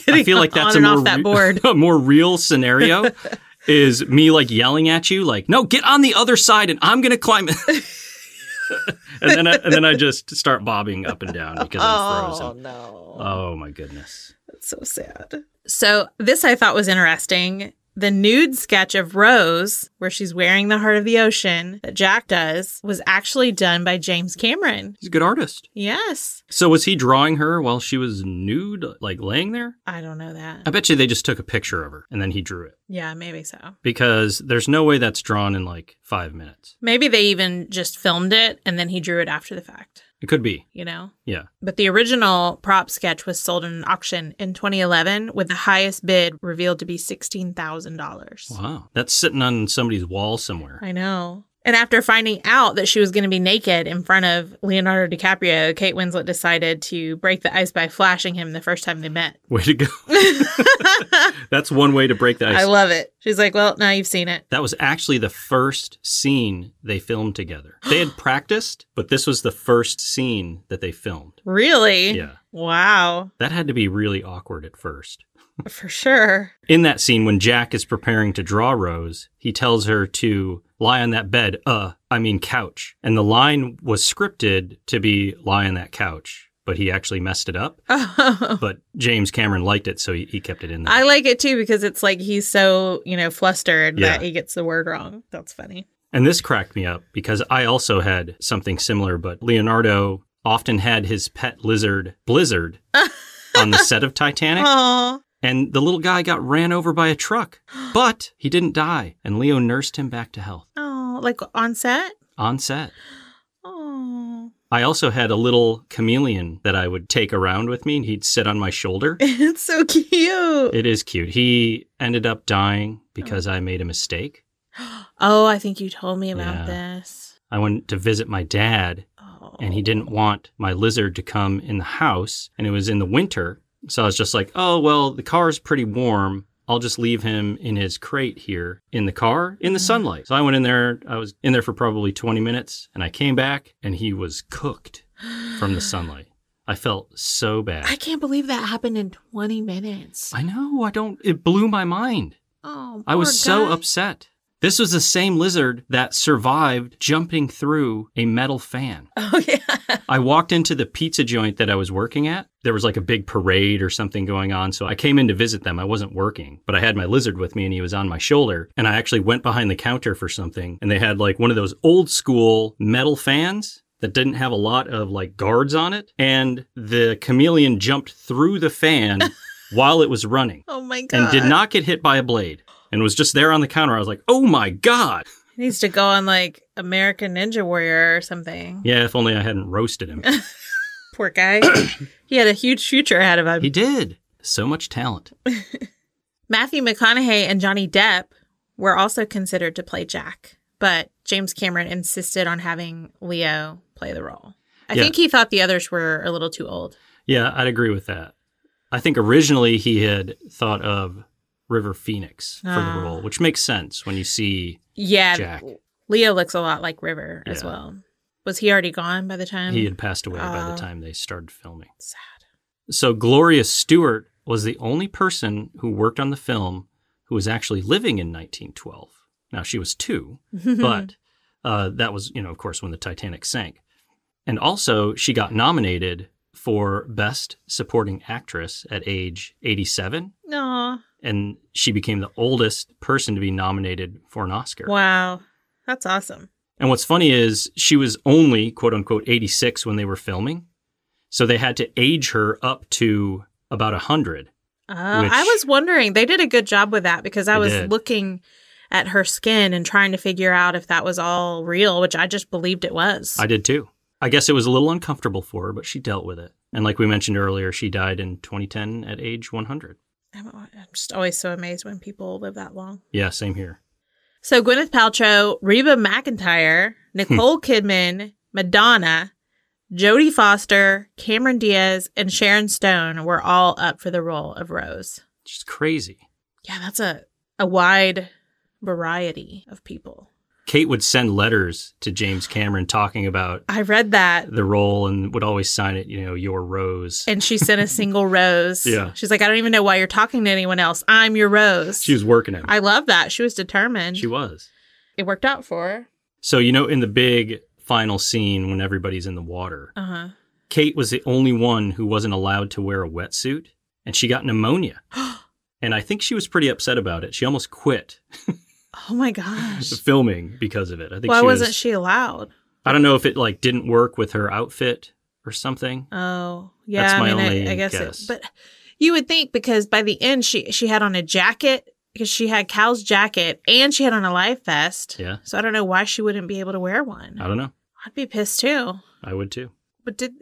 S1: getting
S2: I feel like that's
S1: on and
S2: a more
S1: off that
S2: re-
S1: board.
S2: a more real scenario is me like yelling at you, like, "No, get on the other side, and I'm gonna climb." it." and then I, and then I just start bobbing up and down because I'm frozen.
S1: no.
S2: Oh my goodness!
S1: so sad. So, this I thought was interesting. The nude sketch of Rose, where she's wearing the heart of the ocean that Jack does, was actually done by James Cameron.
S2: He's a good artist.
S1: Yes.
S2: So was he drawing her while she was nude, like laying there?
S1: I don't know that.
S2: I bet you they just took a picture of her and then he drew it
S1: Yeah, maybe so.
S2: because there's no way that's drawn in like five minutes.
S1: Maybe they even just filmed it and then he drew it after the fact,
S2: It could be,
S1: you know?
S2: yeah.
S1: But the original prop sketch was sold in an auction in 2011 with the highest bid revealed to be $16,000.
S2: Wow, that's sitting on somebody's wall somewhere.
S1: I know. And after finding out that she was going to be naked in front of Leonardo DiCaprio, Kate Winslet decided to break the ice by flashing him the first time they met.
S2: Way to go. That's one way to break the ice.
S1: I love it. She's like, "Well, now you've seen it."
S2: that was actually the first scene they filmed together. They had practiced, but this was the first scene that they filmed.
S1: Really?
S2: Yeah.
S1: Wow.
S2: That had to be really awkward at first.
S1: For sure.
S2: In that scene, when Jack is preparing to draw Rose, he tells her to lie on that bed, uh, I mean couch. And the line was scripted to be lie on that couch, but he actually messed it up.
S1: I
S2: But James Cameron liked it, so he, he kept it in there.
S1: like it too because it's like he's so, you know, flustered that
S2: Yeah.
S1: he gets the word wrong. That's funny.
S2: And this cracked me up because I also had something similar, but Leonardo often had his pet lizard, Blizzard, on the set of Titanic.
S1: Oh.
S2: And the little guy got ran over by a truck, but he didn't die. And Leo nursed him back to health
S1: Oh, like on set?
S2: on set.
S1: Oh.
S2: I also had a little chameleon that I would take around with me, and he'd sit on my shoulder.
S1: It's so cute.
S2: It is cute. He ended up dying because I made a mistake.
S1: Oh, I think you told me about
S2: Yeah.
S1: this.
S2: I went to visit my dad,
S1: Oh.
S2: and he didn't want my lizard to come in the house and it was in the winter so i was just like oh well the car's pretty warm i'll just leave him in his crate here in the car in the
S1: Mm.
S2: sunlight so i went in there i was in there for probably 20 minutes and i came back and he was cooked from the sunlight i felt so bad
S1: I can't believe that happened in 20 minutes.
S2: I know i don't it blew my mind
S1: Oh,
S2: i was
S1: poor
S2: so
S1: guy.
S2: upset this was the same lizard that survived jumping through a metal fan
S1: Oh yeah.
S2: I walked into the pizza joint that I was working at. There was like a big parade or something going on. So I came in to visit them. I wasn't working, but I had my lizard with me and he was on my shoulder. And I actually went behind the counter for something. And they had like one of those old school metal fans that didn't have a lot of like guards on it. And the chameleon jumped through the fan while it was running
S1: Oh my god.
S2: and did not get hit by a blade and was just there on the counter. I was like, oh my God.
S1: He needs to go on like American Ninja Warrior or something.
S2: Yeah, if only I hadn't roasted him.
S1: Poor guy. he had a huge future ahead of him.
S2: he did. So much talent.
S1: Matthew McConaughey and Johnny Depp were also considered to play Jack, but James Cameron insisted on having Leo play the role. I
S2: Yeah.
S1: think he thought the others were a little too old.
S2: Yeah, I'd agree with that. I think originally he had thought of River Phoenix for
S1: Ah.
S2: the role, which makes sense when you see
S1: Yeah,
S2: Jack.
S1: Leo looks a lot like River as
S2: Yeah.
S1: well. Was he already gone by the time?
S2: He had passed away by
S1: Ah.
S2: the time they started filming.
S1: Sad.
S2: So Gloria Stewart was the only person who worked on the film who was actually living in 1912. Now she was two,
S1: Hmm.
S2: but uh, that was, you know, of course, when the Titanic sank. And also, she got nominated for Best Supporting Actress at age 87.
S1: No.
S2: and she became the oldest person to be nominated for an Oscar.
S1: Wow. That's awesome.
S2: And what's funny is she was only quote unquote 86 when they were filming. So they had to age her up to about 100.
S1: Uh,
S2: Which-
S1: I was wondering. They did a good job with that because I
S2: They
S1: was
S2: did.
S1: looking at her skin and trying to figure out if that was all real, which I just believed it was.
S2: I did too. I guess it was a little uncomfortable for her, but she dealt with it. And like we mentioned earlier, she died in 2010 at age 100.
S1: I'm I'm just always so amazed when people live that long.
S2: Yeah, same here.
S1: So Gwyneth Paltrow, Reba
S2: Hmm.
S1: McIntyre, Nicole Kidman, Madonna, Jodie Foster, Cameron Diaz, and Sharon Stone were all up for the role of Rose.
S2: She's crazy.
S1: Yeah, that's a, a wide variety of people.
S2: Kate would send letters to James Cameron talking about
S1: I read that
S2: the role and would always sign it, you know, your rose.
S1: and she sent a single rose.
S2: Yeah.
S1: She's like, I don't even know why you're talking to anyone else. I'm your rose.
S2: She was working at it.
S1: I love that. She was determined.
S2: She was.
S1: it worked out for her.
S2: So, you know, in the big final scene when everybody's in the water,
S1: Uh-huh.
S2: Kate was the only one who wasn't allowed to wear a wetsuit and she got pneumonia. and I think she was pretty upset about it. She almost quit
S1: Oh my gosh.
S2: filming because of it. I think
S1: Why
S2: she was,
S1: wasn't she allowed?
S2: I don't know if it like didn't work with her outfit or something.
S1: Oh, yeah.
S2: That's
S1: I
S2: my
S1: mean,
S2: only
S1: I, I guess,
S2: guess.
S1: It, but you would think because by the end she she had on a jacket because she had Cal's jacket and she had on a life vest.
S2: Yeah.
S1: So I don't know why she wouldn't be able to wear one.
S2: I don't know.
S1: I'd be pissed too.
S2: I would too.
S1: But did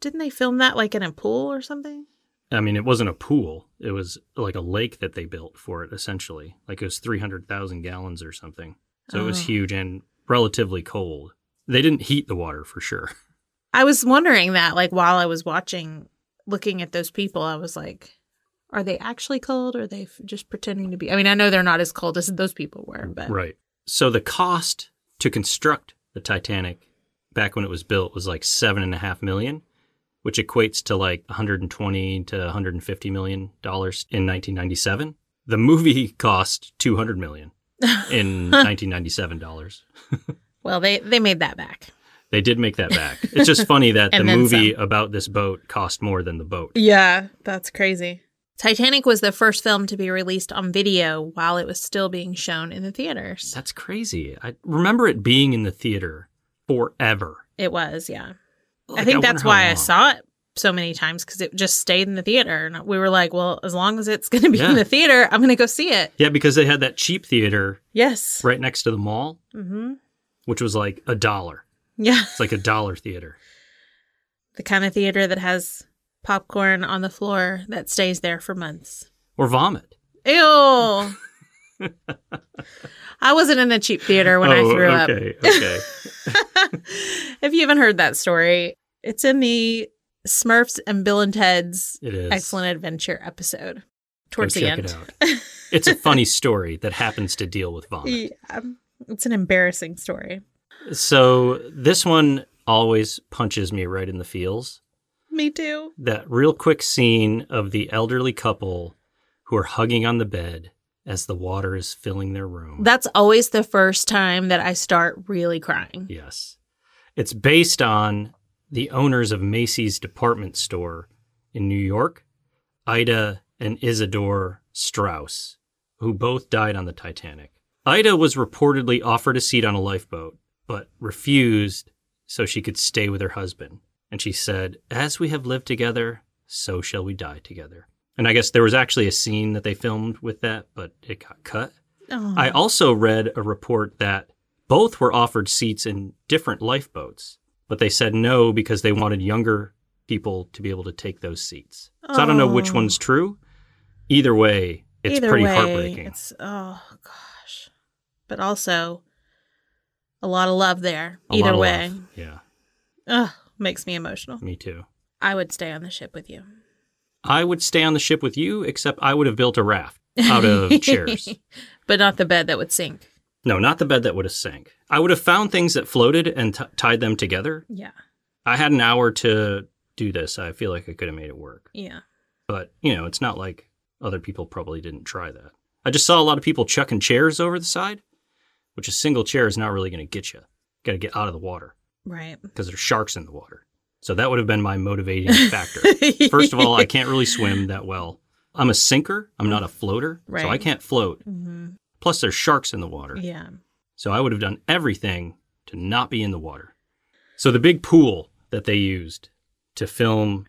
S1: didn't they film that like in a pool or something?
S2: I mean, it wasn't a pool. It was like a lake that they built for it, essentially. Like it was 300,000 gallons or something. So it was
S1: Oh.
S2: huge and relatively cold. They didn't heat the water for sure.
S1: I was wondering that like while I was watching looking at those people I was like are they actually cold or are they f- just pretending to be? I mean, I know they're not as cold as those people were, but
S2: Right. So the cost to construct the Titanic back when it was built was like seven and a half million, which equates to like 120 to 150 million dollars in 1997. The movie cost 200 million in 1997 dollars.
S1: well, they they made that back.
S2: They did make that back. It's just funny that the
S1: And then
S2: movie about this boat cost more than the boat.
S1: Yeah, that's crazy. Titanic was the first film to be released on video while it was still being shown in the theaters.
S2: That's crazy. I remember it being in the theater forever.
S1: It was, yeah.
S2: Like,
S1: I think
S2: wonder
S1: that's
S2: how
S1: why I
S2: long.
S1: saw it so many times because it just stayed in the theater. And we were like, well, as long as it's going to be
S2: Yeah.
S1: in the theater, I'm going to go see it.
S2: Yeah, because they had that cheap theater
S1: Yes.
S2: right next to the mall,
S1: hmm
S2: which was like a dollar.
S1: Yeah.
S2: It's like a dollar theater.
S1: The kind of theater that has popcorn on the floor that stays there for months.
S2: Or vomit.
S1: Ew. I wasn't in the cheap theater when I threw up.
S2: Oh, okay, okay.
S1: if you haven't heard that story, it's in the Smurfs and Bill and Ted's
S2: It is.
S1: Excellent Adventure episode
S2: Go
S1: towards the
S2: check
S1: end.
S2: It out. It's a funny story that happens to deal with vomit.
S1: Yeah. It's an embarrassing story.
S2: So this one always punches me right in the feels.
S1: Me too.
S2: that real quick scene of the elderly couple who are hugging on the bed as the water is filling their room.
S1: That's always the first time that I start really crying.
S2: yes. It's based on the owners of Macy's department store in New York, Ida and Isidore Strauss, who both died on the Titanic. Ida was reportedly offered a seat on a lifeboat, but refused so she could stay with her husband. And she said, As we have lived together, so shall we die together. And I guess there was actually a scene that they filmed with that, but it got cut.
S1: Oh.
S2: I also read a report that both were offered seats in different lifeboats, but they said no because they wanted younger people to be able to take those seats. So I don't know which
S1: Oh.
S2: one's true. Either way, it's
S1: Either
S2: pretty
S1: way,
S2: heartbreaking.
S1: It's oh gosh. But also a lot of love there.
S2: A lot
S1: Either
S2: of
S1: way.
S2: love. Yeah,
S1: Ugh, makes me emotional.
S2: me too.
S1: I would stay on the ship with you.
S2: I would stay on the ship with you, except I would have built a raft out of chairs.
S1: but not the bed that would sink.
S2: No, not the bed that would have sank. I would have found things that floated and t- tied them together.
S1: Yeah.
S2: I had an hour to do this. I feel like I could have made it work.
S1: Yeah.
S2: but you know it's not like other people probably didn't try that i just saw a lot of people chucking chairs over the side which a single chair is not really going to get you got to get out of the water
S1: Right.
S2: because there's sharks in the water so that would have been my motivating factor first of all i can't really swim that well i'm a sinker i'm not a floater so i
S1: Right.
S2: can't float
S1: hmm
S2: plus there's sharks in the water
S1: Yeah.
S2: so I would have done everything to not be in the water. So the big pool that they used to film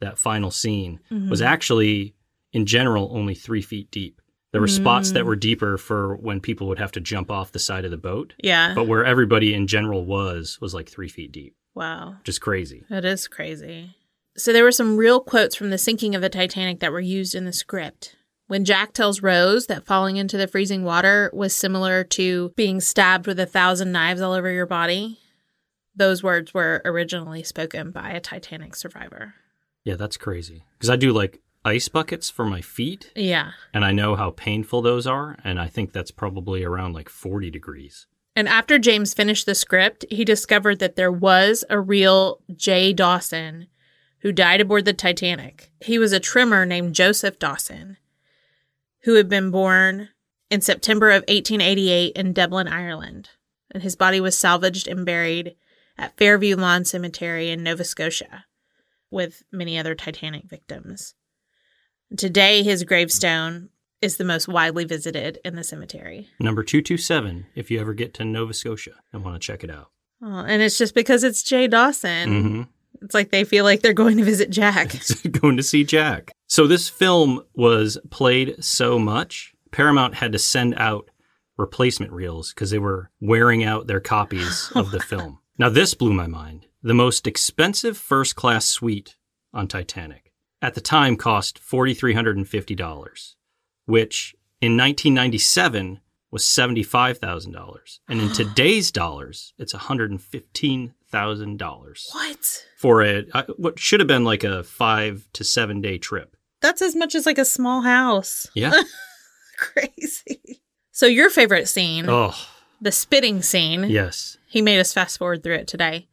S2: that final scene was actually in general only three feet deep. There were spots that were deeper for when people would have to jump off the side of the boat,
S7: Yeah.
S1: Uh-huh.
S2: but where everybody in general was was like three feet deep,
S7: Wow.
S2: which is crazy.
S7: That is crazy.
S1: So there were some real quotes from the sinking of the Titanic that were used in the script. When Jack tells Rose that falling into the freezing water was similar to being stabbed with a thousand knives all over your body, those words were originally spoken by a Titanic survivor.
S2: Yeah, that's crazy. Because I do like ice buckets for my feet,
S1: Yeah.
S2: and I know how painful those are, and I think that's probably around like 40 degrees.
S1: And after James finished the script, he discovered that there was a real Jay Dawson who died aboard the Titanic. He was a trimmer named Joseph Dawson who had been born in September of 1888 in Dublin, Ireland. And his body was salvaged and buried at Fairview Lawn Cemetery in Nova Scotia with many other Titanic victims. Today, his gravestone is the most widely visited in the cemetery.
S2: Number 227, if you ever get to Nova Scotia and want to check it out.
S1: Oh, and it's just because it's Jay Dawson.
S2: hmm
S1: It's like they feel like they're going to visit Jack.
S2: Going to see Jack. So this film was played so much, Paramount had to send out replacement reels because they were wearing out their copies of the film. Now, this blew my mind. The most expensive first class suite on Titanic at the time cost $4,350, which in 1997 was $75,000. And in today's dollars, it's $115,000
S1: what?
S2: for a I- what should have been like a five to seven day trip.
S1: That's as much as like a small house.
S2: Yeah.
S1: Crazy. So your favorite scene,
S2: oh,
S1: the spitting scene,
S2: yes.
S1: he made us fast forward through it today,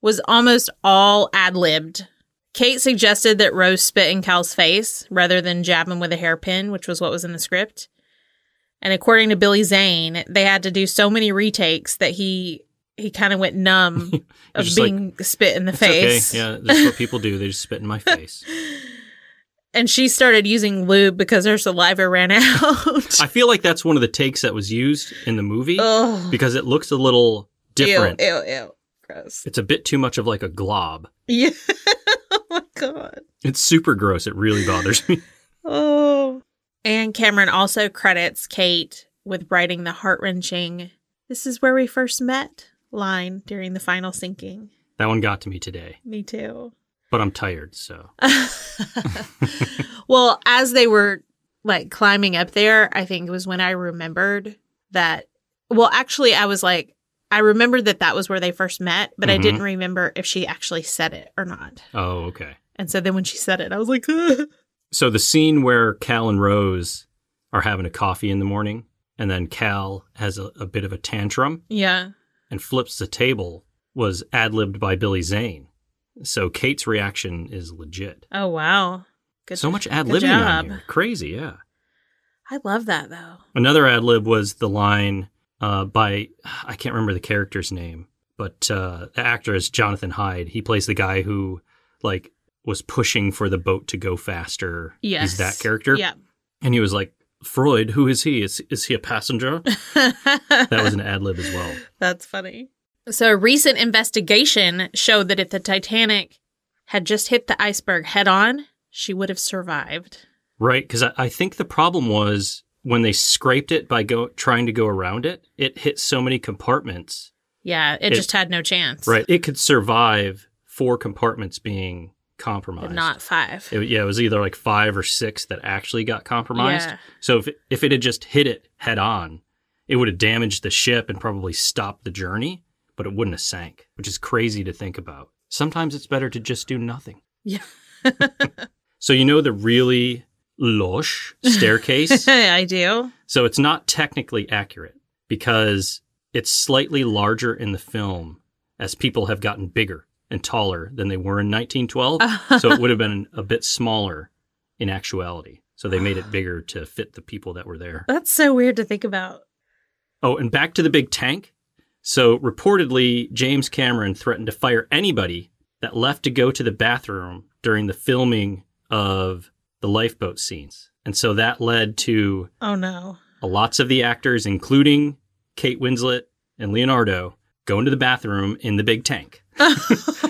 S1: was almost all ad libbed. Kate suggested that Rose spit in Cal's face rather than jab him with a hairpin, which was what was in the script. And according to Billy Zane, they had to do so many retakes that he he kind of went numb of
S2: just like,
S1: being spit in the
S2: It's
S1: face.
S2: okay. Yeah, that's what people do. They just spit in my face.
S1: And she started using lube because her saliva ran out.
S2: I feel like that's one of the takes that was used in the movie
S1: Ugh.
S2: because it looks a little different.
S1: Oh. Ew, ew, ew. Gross.
S2: It's a bit too much of like a glob.
S1: Yeah. oh my god.
S2: It's super gross. It really bothers me.
S1: Oh. And Cameron also credits Kate with writing the heart wrenching, this is where we first met line during the final sinking.
S2: That one got to me today,
S1: Me too.
S2: but I'm tired, so
S1: well, as they were like climbing up there, I think it was when I remembered that. Well, actually, I was like, I remembered that that was where they first met, but I
S2: Mhm.
S1: didn't remember if she actually said it or not.
S2: oh okay.
S1: And so then when she said it, I was like,
S2: so the scene where Cal and Rose are having a coffee in the morning, and then Cal has a, a bit of a tantrum
S1: yeah.
S2: and flips the table was ad libbed by Billy Zane. So Kate's reaction is legit.
S1: Oh, wow. Good.
S2: so much ad
S1: good
S2: libbing
S1: job.
S2: on here. Crazy, yeah.
S1: I love that though.
S2: Another ad lib was the line uh, by, I can't remember the character's name, but uh, the actor is Jonathan Hyde. He plays the guy who, like, was pushing for the boat to go faster.
S1: Yes.
S2: He's that character.
S1: Yeah.
S2: And he was like, Freud, who is he? Is, is he a passenger? that was an ad lib as well.
S1: That's funny. So, a recent investigation showed that if the Titanic had just hit the iceberg head on, she would have survived.
S2: Right, because I, I think the problem was when they scraped it by go trying to go around it, it hit so many compartments.
S1: Yeah, it,
S2: It-
S1: just had no chance.
S2: Right, it could survive four compartments being
S1: But
S2: compromised.
S1: not five.
S2: It- yeah, it was either like five or six that actually got compromised.
S1: Yeah.
S2: So if it- if it had just hit it head on, it would have damaged the ship and probably stopped the journey, but it wouldn't have sank, which is crazy to think about. Sometimes it's better to just do nothing.
S1: Yeah.
S2: So you know the really losh staircase.
S1: I do.
S2: So it's not technically accurate because it's slightly larger in the film as people have gotten bigger and taller than they were in 1912. so it would have been a bit smaller in actuality. So they made it bigger to fit the people that were there.
S1: That's so weird to think about.
S2: Oh, and back to the big tank. So reportedly, James Cameron threatened to fire anybody that left to go to the bathroom during the filming of the lifeboat scenes. And so that led to
S1: Oh no.
S2: lots of the actors, including Kate Winslet and Leonardo, go into the bathroom in the big tank.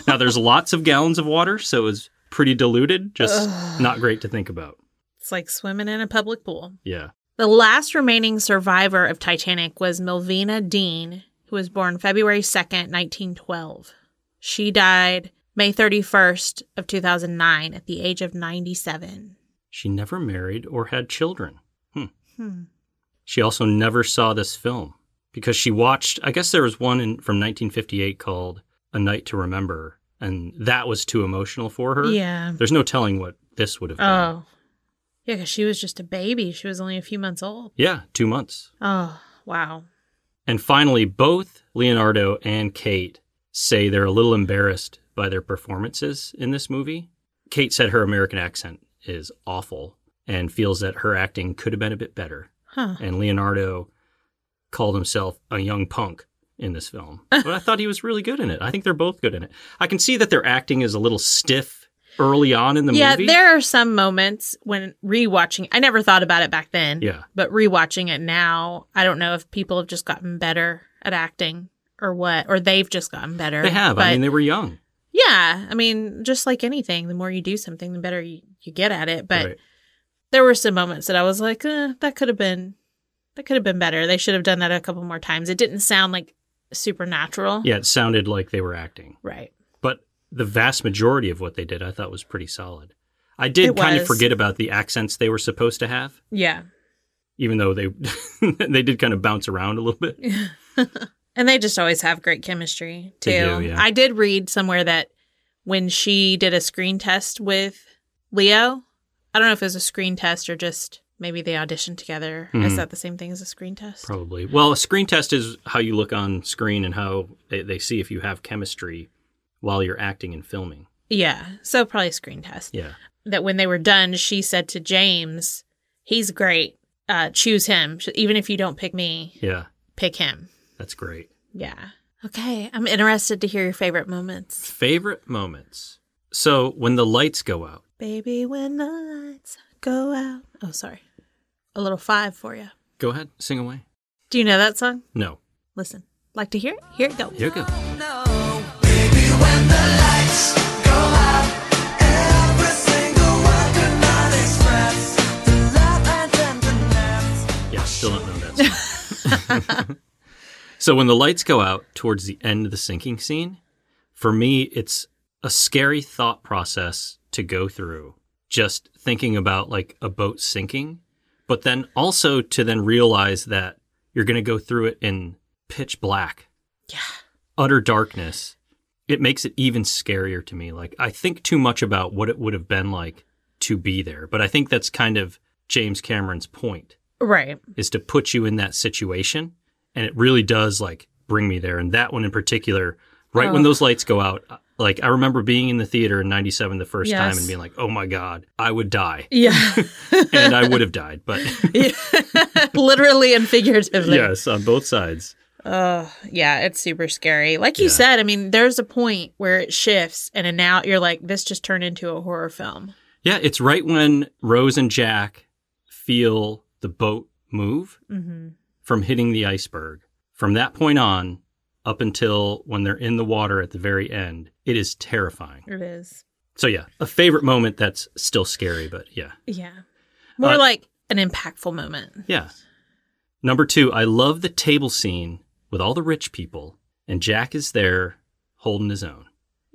S2: now, there's lots of gallons of water, so it was pretty diluted, just not great to think about.
S1: It's like swimming in a public pool.
S2: Yeah.
S1: The last remaining survivor of Titanic was Melvina Dean, who was born February 2nd, 1912. She died May 31st of 2009 at the age of 97.
S2: She never married or had children. Hmm.
S1: Hmm.
S2: She also never saw this film because she watched, I guess there was one in, from 1958 called A Night to Remember, and that was too emotional for her.
S1: Yeah.
S2: There's no telling what this would have been.
S1: Oh. Yeah, because she was just a baby. She was only a few months old.
S2: Yeah, two months.
S1: Oh, wow.
S2: And finally, both Leonardo and Kate say they're a little embarrassed by their performances in this movie. Kate said her American accent is awful and feels that her acting could have been a bit better.
S1: Huh.
S2: And Leonardo called himself a young punk in this film. But I thought he was really good in it. I think they're both good in it. I can see that their acting is a little stiff early on in the
S1: yeah,
S2: movie.
S1: there are some moments when rewatching. I never thought about it back then.
S2: Yeah.
S1: But rewatching it now, I don't know if people have just gotten better at acting or what, or they've just gotten better.
S2: They have. I
S1: But-
S2: mean, they were young.
S1: yeah, I mean, just like anything, the more you do something, the better you, you get at it. But
S2: Right.
S1: there were some moments that I was like, eh, that could have been, that could have been better. They should have done that a couple more times. It didn't sound like supernatural.
S2: Yeah, it sounded like they were acting.
S1: Right.
S2: but the vast majority of what they did I thought was pretty solid. I did
S1: It
S2: kind of
S1: was.
S2: forget about the accents they were supposed to have,
S1: Yeah.
S2: even though they they did kind of bounce around a little bit.
S1: And they just always have great chemistry too.
S2: They do, yeah.
S1: I did read somewhere that when she did a screen test with Leo, I don't know if it was a screen test or just maybe they auditioned together. Is
S2: Mhm.
S1: that the same thing as a screen test?
S2: Probably. Well, a screen test is how you look on screen and how they, they see if you have chemistry while you're acting and filming.
S1: Yeah. So probably a screen test.
S2: Yeah.
S1: That when they were done, she said to James, "He's great. Uh, choose him. Sh- Even if you don't pick me,
S2: Yeah.
S1: pick him."
S2: That's great.
S1: Yeah. Okay. I'm interested to hear your favorite moments.
S2: Favorite moments. So when the lights go out,
S1: Baby, when the lights go out. Oh, sorry. A little five for you.
S2: go ahead, sing away.
S1: Do you know that song?
S2: No.
S1: Listen. Like to hear it? Here it goes.
S2: Here you go. Yeah, still don't know that song. so when the lights go out towards the end of the sinking scene, for me, it's a scary thought process to go through. Just thinking about like a boat sinking, but then also to then realize that you're going to go through it in pitch black, yeah, utter darkness. It makes it even scarier to me. Like I think too much about what it would have been like to be there, but I think that's kind of James Cameron's point
S1: Right.
S2: is to put you in that situation and it really does like bring me there and that one in particular right when those lights go out uh, like i remember being in the theater in 97 the first time
S1: Yes.
S2: and being like oh my god i would die
S1: Yeah.
S2: and i would have died but
S1: Literally and figuratively.
S2: yes on both sides
S1: Oh, yeah. It's super scary. Like you
S2: Yeah.
S1: said, I mean, there's a point where it shifts, and then out you're like, this just turned into a horror film.
S2: yeah it's right when rose and jack feel the boat move
S1: Mm-hmm.
S2: from hitting the iceberg from that point on up until when they're in the water at the very end it is terrifying
S1: It is.
S2: so yeah a favorite moment that's still scary but yeah
S1: Yeah. More
S2: Uh,
S1: like an impactful moment.
S2: Yeah. Number two, I love the table scene with all the rich people, and Jack is there holding his own.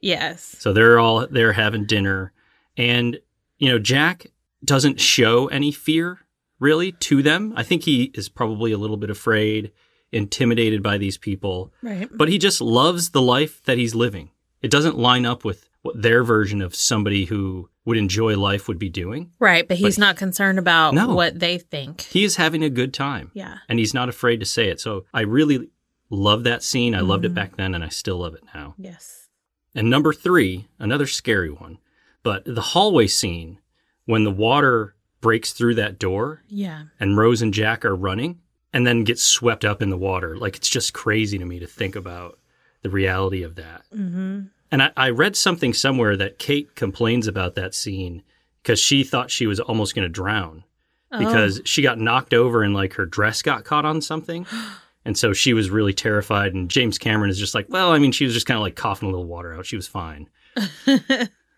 S1: Yes.
S2: So they're all there having dinner, and you know Jack doesn't show any fear really to them. I think he is probably a little bit afraid, intimidated by these people,
S1: Right.
S2: but he just loves the life that he's living. It doesn't line up with what their version of somebody who would enjoy life would be doing.
S1: Right. But he's not concerned about
S2: No.
S1: what they think.
S2: He is having a good time.
S1: Yeah.
S2: and he's not afraid to say it. So I really love that scene. I loved it back then and I still love it now.
S1: Yes.
S2: And number three, another scary one, but the hallway scene when the water breaks through that door
S1: Yeah.
S2: and Rose and Jack are running and then gets swept up in the water. Like it's just crazy to me to think about the reality of that.
S1: Mm-hmm.
S2: And I, I read something somewhere that Kate complains about that scene because she thought she was almost going to drown
S1: Oh.
S2: because she got knocked over and like her dress got caught on something. And so she was really terrified.
S1: Oh.
S2: And James Cameron is just like, well, I mean, she was just kind of like coughing a little water out. She was fine.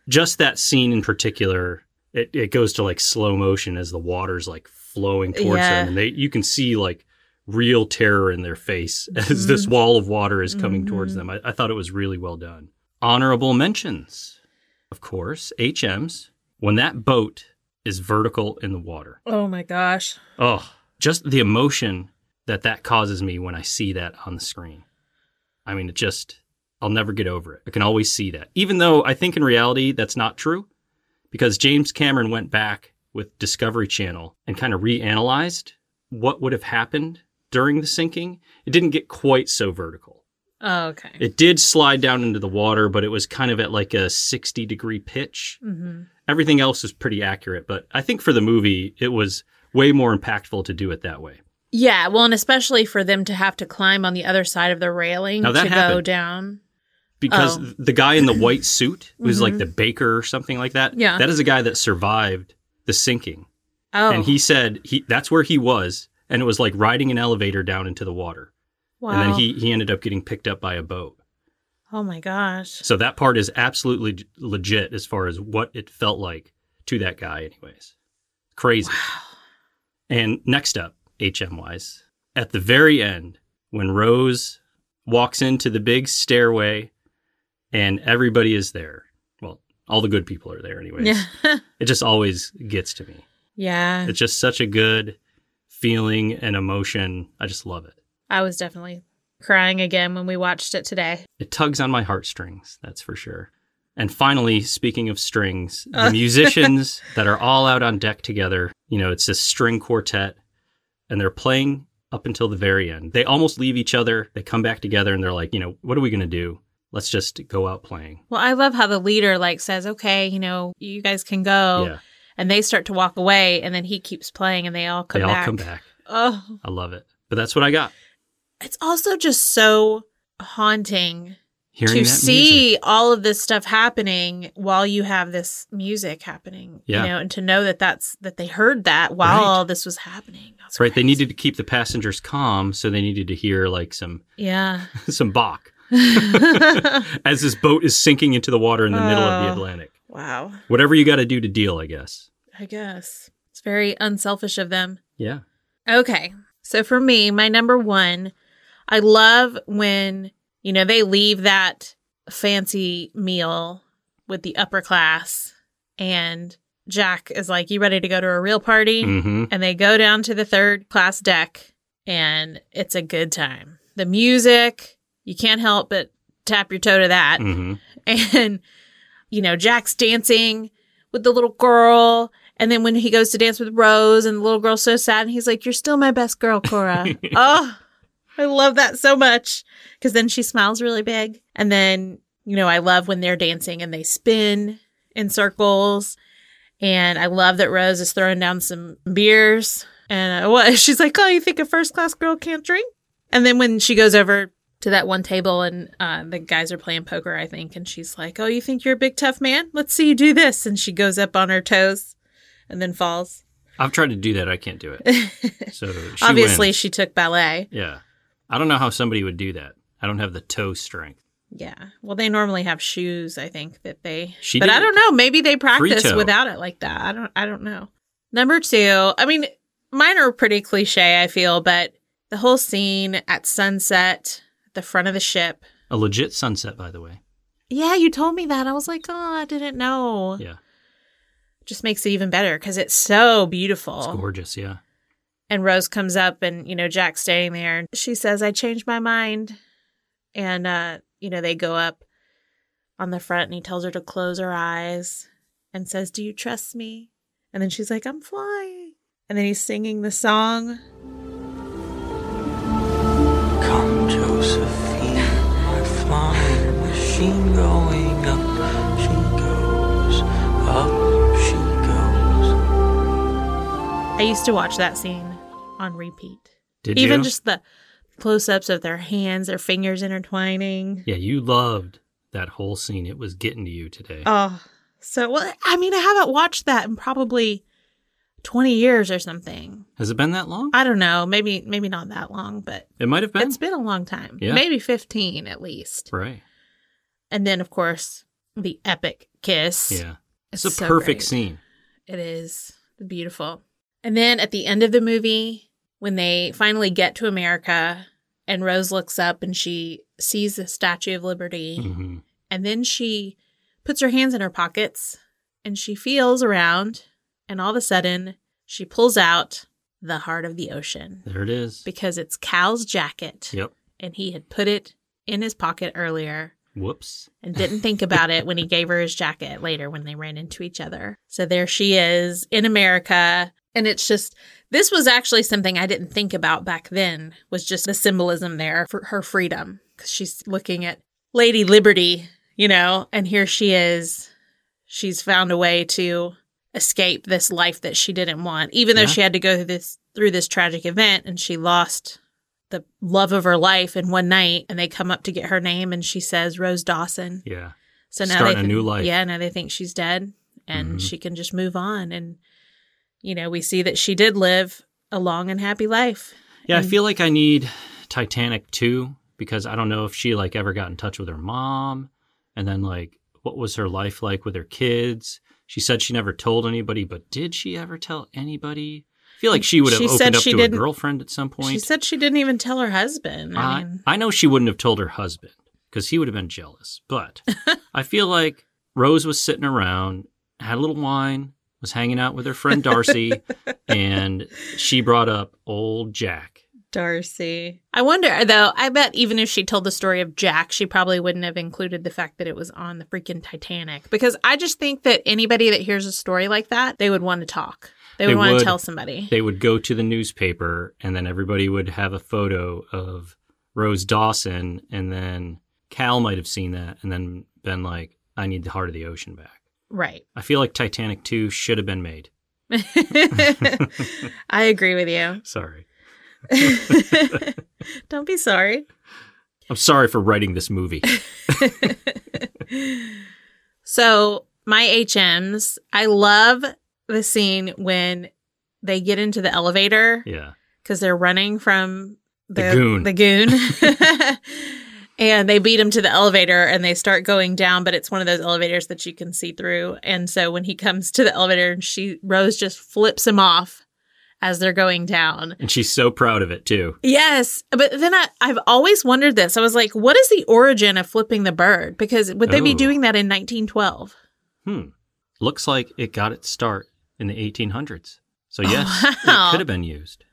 S2: just that scene in particular, it, it goes to like slow motion as the water's like flowing towards
S1: Yeah.
S2: them. And they you can see like real terror in their face as this wall of water is coming towards them. I, I thought it was really well done. Honorable mentions, of course, HMs. When that boat is vertical in the water.
S1: Oh my gosh.
S2: Oh, just the emotion that that causes me when I see that on the screen. I mean, it just, I'll never get over it. I can always see that. Even though I think in reality that's not true because James Cameron went back with Discovery Channel and kind of reanalyzed what would have happened during the sinking. It didn't get quite so vertical.
S1: Oh, okay.
S2: It did slide down into the water, but it was kind of at like a 60 degree pitch.
S1: Mm-hmm.
S2: Everything else is pretty accurate, but I think for the movie, it was way more impactful to do it that way.
S1: Yeah, well, and especially for them to have to climb on the other side of the railing
S2: Now, that
S1: to go
S2: happened.
S1: down.
S2: Because
S1: Oh. Mm-hmm.
S2: th- the guy in the white suit who's like the baker or something like that,
S1: Yeah.
S2: that is a guy that survived the sinking.
S1: Oh,
S2: And he said he that's where he was, and it was like riding an elevator down into the water.
S1: wow.
S2: And then he, he ended up getting picked up by a boat.
S1: oh my gosh.
S2: So that part is absolutely j- legit as far as what it felt like to that guy, anyways. Crazy. And next up, HM wise, at the very end, when Rose walks into the big stairway and everybody is there. Well, all the good people are there, anyways.
S1: Yeah.
S2: It just always gets to me.
S1: yeah.
S2: It's just such a good feeling and emotion. I just love it.
S1: I was definitely crying again when we watched it today.
S2: It tugs on my heartstrings, that's for sure. And finally, speaking of strings, the musicians that are all out on deck together, you know, it's this string quartet and they're playing up until the very end. They almost leave each other. They come back together and they're like, you know, what are we going to do? Let's just go out playing.
S1: Well, I love how the leader like says, "Okay, you know, you guys can go,"
S2: yeah.
S1: and they start to walk away, and then he keeps playing, and they all come
S2: They all
S1: back.
S2: come back.
S1: Oh,
S2: I love it. But that's what I got.
S1: it's also just so haunting
S2: Hearing
S1: to
S2: that
S1: see
S2: music.
S1: all of this stuff happening while you have this music happening.
S2: Yeah.
S1: You know, and to know that that's that they heard that while
S2: Right.
S1: all this was happening. That's
S2: Right. They
S1: crazy.
S2: needed to keep the passengers calm. So they needed to hear like some,
S1: Yeah.
S2: some Bach as this boat is sinking into the water in the middle of the
S1: Oh.
S2: Atlantic.
S1: wow.
S2: whatever you got to do to deal, I guess.
S1: I guess. It's very unselfish of them.
S2: Yeah.
S1: Okay. So for me, my number one, I love when, you know, they leave that fancy meal with the upper class and Jack is like, You ready to go to a real party?
S2: Mm-hmm.
S1: And they go down to the third class deck and it's a good time. The music, you can't help but tap your toe to that
S2: Mm-hmm.
S1: and you know jack's dancing with the little girl and then when he goes to dance with rose and the little girl's so sad and he's like you're still my best girl cora oh i love that so much because then she smiles really big and then you know i love when they're dancing and they spin in circles and i love that rose is throwing down some beers and uh, what she's like oh you think a first class girl can't drink and then when she goes over to that one table and uh, the guys are playing poker, I think, and she's like, "Oh, you think you're a big tough man? Let's see you do this." And she goes up on her toes, and then falls.
S2: I've tried to do that. I can't do it. So she
S1: Obviously,
S2: wins.
S1: she took ballet.
S2: yeah. I don't know how somebody would do that. I don't have the toe strength.
S1: Yeah. Well, they normally have shoes. I think that they.
S2: She
S1: but I
S2: didn't.
S1: don't know. Maybe they practice
S2: toe.
S1: without it like that. I don't. I don't know. Number two. I mean, mine are pretty cliche. I feel, but the whole scene at sunset, the front of the ship.
S2: A legit sunset, by the way.
S1: Yeah, you told me that. I was like, oh, I didn't know.
S2: Yeah.
S1: just makes it even better because it's so beautiful.
S2: It's gorgeous. Yeah.
S1: and Rose comes up, and you know Jack's staying there, and she says, "I changed my mind," and uh, you know they go up on the front, and he tells her to close her eyes, and says, "Do you trust me?" And then she's like, "I'm flying," and then he's singing the song.
S8: Come, Josephine, we're flying machine going up. She goes up. She goes.
S1: I used to watch that scene on repeat,
S2: Did
S1: even
S2: you?
S1: just the close-ups of their hands, their fingers intertwining.
S2: yeah, you loved that whole scene. It was getting to you today.
S1: Oh, so well, I mean, I haven't watched that in probably twenty years or something.
S2: Has it been that long?
S1: I don't know, maybe maybe not that long, but
S2: it might have been.
S1: it's been a long time.
S2: Yeah.
S1: Maybe fifteen at least.
S2: right.
S1: And then of course the epic kiss.
S2: Yeah. It's,
S1: It's
S2: a
S1: so
S2: perfect
S1: great.
S2: scene.
S1: It is beautiful. And then at the end of the movie, when they finally get to America and Rose looks up and she sees the Statue of Liberty,
S2: hmm
S1: and then she puts her hands in her pockets and she feels around, and all of a sudden she pulls out the heart of the ocean
S2: There it is.
S1: because it's Cal's jacket
S2: Yep.
S1: and he had put it in his pocket earlier
S2: Whoops.
S1: and didn't think about it when he gave her his jacket later when they ran into each other. So there she is in America. And it's just, this was actually something I didn't think about back then, was just the symbolism there for her freedom. Cause she's looking at Lady Liberty, you know, and here she is. She's found a way to escape this life that she didn't want, even though
S2: Yeah.
S1: she had to go through this, through this tragic event and she lost the love of her life in one night and they come up to get her name and she says Rose Dawson.
S2: Yeah.
S1: So now
S2: Starting
S1: they
S2: a
S1: thi-
S2: new life.
S1: Yeah, now they think she's dead and
S2: Mhm.
S1: she can just move on and you know, we see that she did live a long and happy life.
S2: Yeah, I
S1: And-
S2: feel like I need Titanic 2 because I don't know if she like ever got in touch with her mom and then like what was her life like with her kids? She said she never told anybody, but did she ever tell anybody? I feel like she would have
S1: She
S2: opened
S1: said
S2: up
S1: she
S2: to a
S1: didn't-
S2: girlfriend at some point.
S1: She said she didn't even tell her husband. I,
S2: I,
S1: mean,
S2: I know she wouldn't have told her husband because he would have been jealous. But I feel like Rose was sitting around, had a little wine, was hanging out with her friend Darcy, and she brought up old Jack.
S1: Darcy. I wonder though, I bet even if she told the story of Jack, she probably wouldn't have included the fact that it was on the freaking Titanic because I just think that anybody that hears a story like that, they would want to talk. They would
S2: They
S1: want
S2: would.
S1: to tell somebody.
S2: They would go to the newspaper, and then everybody would have a photo of Rose Dawson, and then Cal might have seen that and then been like, I need the heart of the ocean back.
S1: right.
S2: I feel like Titanic 2 should have been made.
S1: I agree with you.
S2: Sorry.
S1: Don't be sorry.
S2: I'm sorry for writing this movie.
S1: So, my HMs, I love the scene when they get into the elevator
S2: Yeah.
S1: because they're running from
S2: The goon.
S1: The goon. and they beat him to the elevator and they start going down, but it's one of those elevators that you can see through. And so when he comes to the elevator and she Rose just flips him off as they're going down.
S2: And she's so proud of it, too.
S1: Yes, but then I, I've always wondered this. I was like, what is the origin of flipping the bird? Because would they be
S2: Oh.
S1: doing that in 1912?
S2: Hmm. Looks like it got its start in the 1800s. So, yes,
S1: wow.
S2: it could have been used.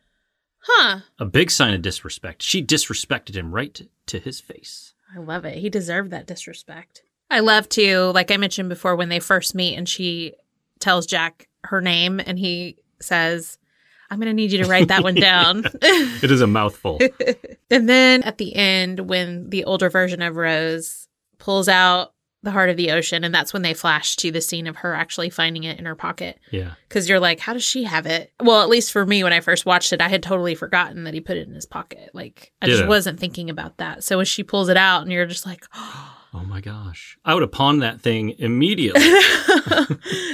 S1: Huh.
S2: A big sign of disrespect. She disrespected him right to, to his face.
S1: I love it. He deserved that disrespect. I love to, like I mentioned before, when they first meet and she tells Jack her name and he says, I'm going to need you to write that one down.
S2: It is a mouthful.
S1: and then at the end, when the older version of Rose pulls out the heart of the ocean, and that's when they flash to the scene of her actually finding it in her pocket.
S2: yeah.
S1: Because you're like, how does she have it? Well, at least for me, when I first watched it, I had totally forgotten that he put it in his pocket. Like, I just
S2: Yeah.
S1: wasn't thinking about that. So when she pulls it out, and you're just like,
S2: Oh my gosh. I would have pawned that thing immediately.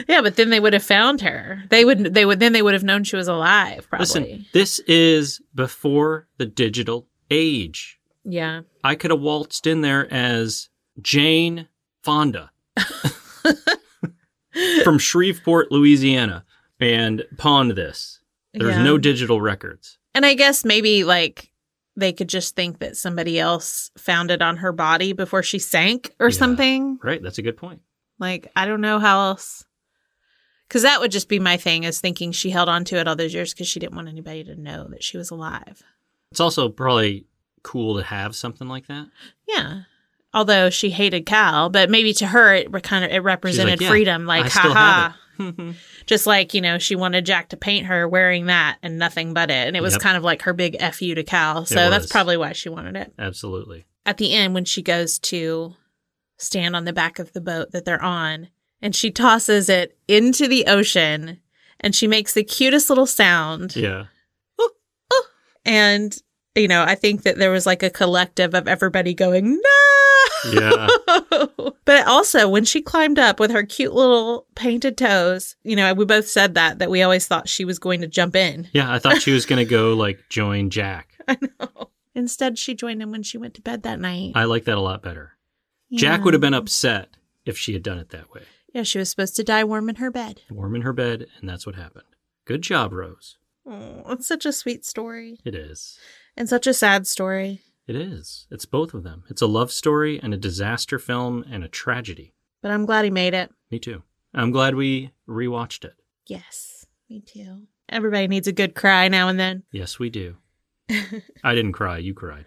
S1: yeah, but then they would have found her. They would. They would. Then they would have known she was alive. Probably.
S2: Listen, this is before the digital age.
S1: Yeah.
S2: I could have waltzed in there as Jane Fonda from Shreveport, Louisiana, and pawned this. There's
S1: Yeah.
S2: no digital records.
S1: And I guess maybe like they could just think that somebody else found it on her body before she sank or
S2: Yeah.
S1: something.
S2: Right. That's a good point.
S1: Like I don't know how else. Because that would just be my thing is thinking she held on to it all those years because she didn't want anybody to know that she was alive.
S2: It's also probably cool to have something like that.
S1: Yeah. Although she hated Cal, but maybe to her it re- kind of it
S2: She's like,
S1: represented
S2: "Yeah,
S1: freedom. Like,
S2: I still
S1: haha.
S2: have it."
S1: Just like, you know, she wanted Jack to paint her wearing that and nothing but it. And it was
S2: Yep.
S1: kind of like her big F you to Cal. So
S2: It
S1: that's
S2: was.
S1: probably why she wanted it.
S2: Absolutely.
S1: At the end, when she goes to stand on the back of the boat that they're on and she tosses it into the ocean and she makes the cutest little sound.
S2: Yeah.
S1: And, you know, I think that there was like a collective of everybody going, no.
S2: Yeah.
S1: but also, when she climbed up with her cute little painted toes, you know, we both said that, that we always thought she was going to jump in.
S2: Yeah. I thought she was going to go like join Jack. Uh,
S1: Instead, she joined him when she went to bed that night.
S2: I like that a lot better. Jack would have been upset if she had done it that way.
S1: Yeah, she was supposed to die warm in her bed.
S2: Warm in her bed, and that's what happened. Good job, Rose.
S1: Oh, it's such a sweet story
S2: It is.
S1: and such a sad story.
S2: It is. It's both of them. It's a love story and a disaster film and a tragedy.
S1: But I'm glad he made it.
S2: Me too. I'm glad we rewatched it.
S1: Yes, me too. Everybody needs a good cry now and then.
S2: Yes, we do. I didn't cry. You cried.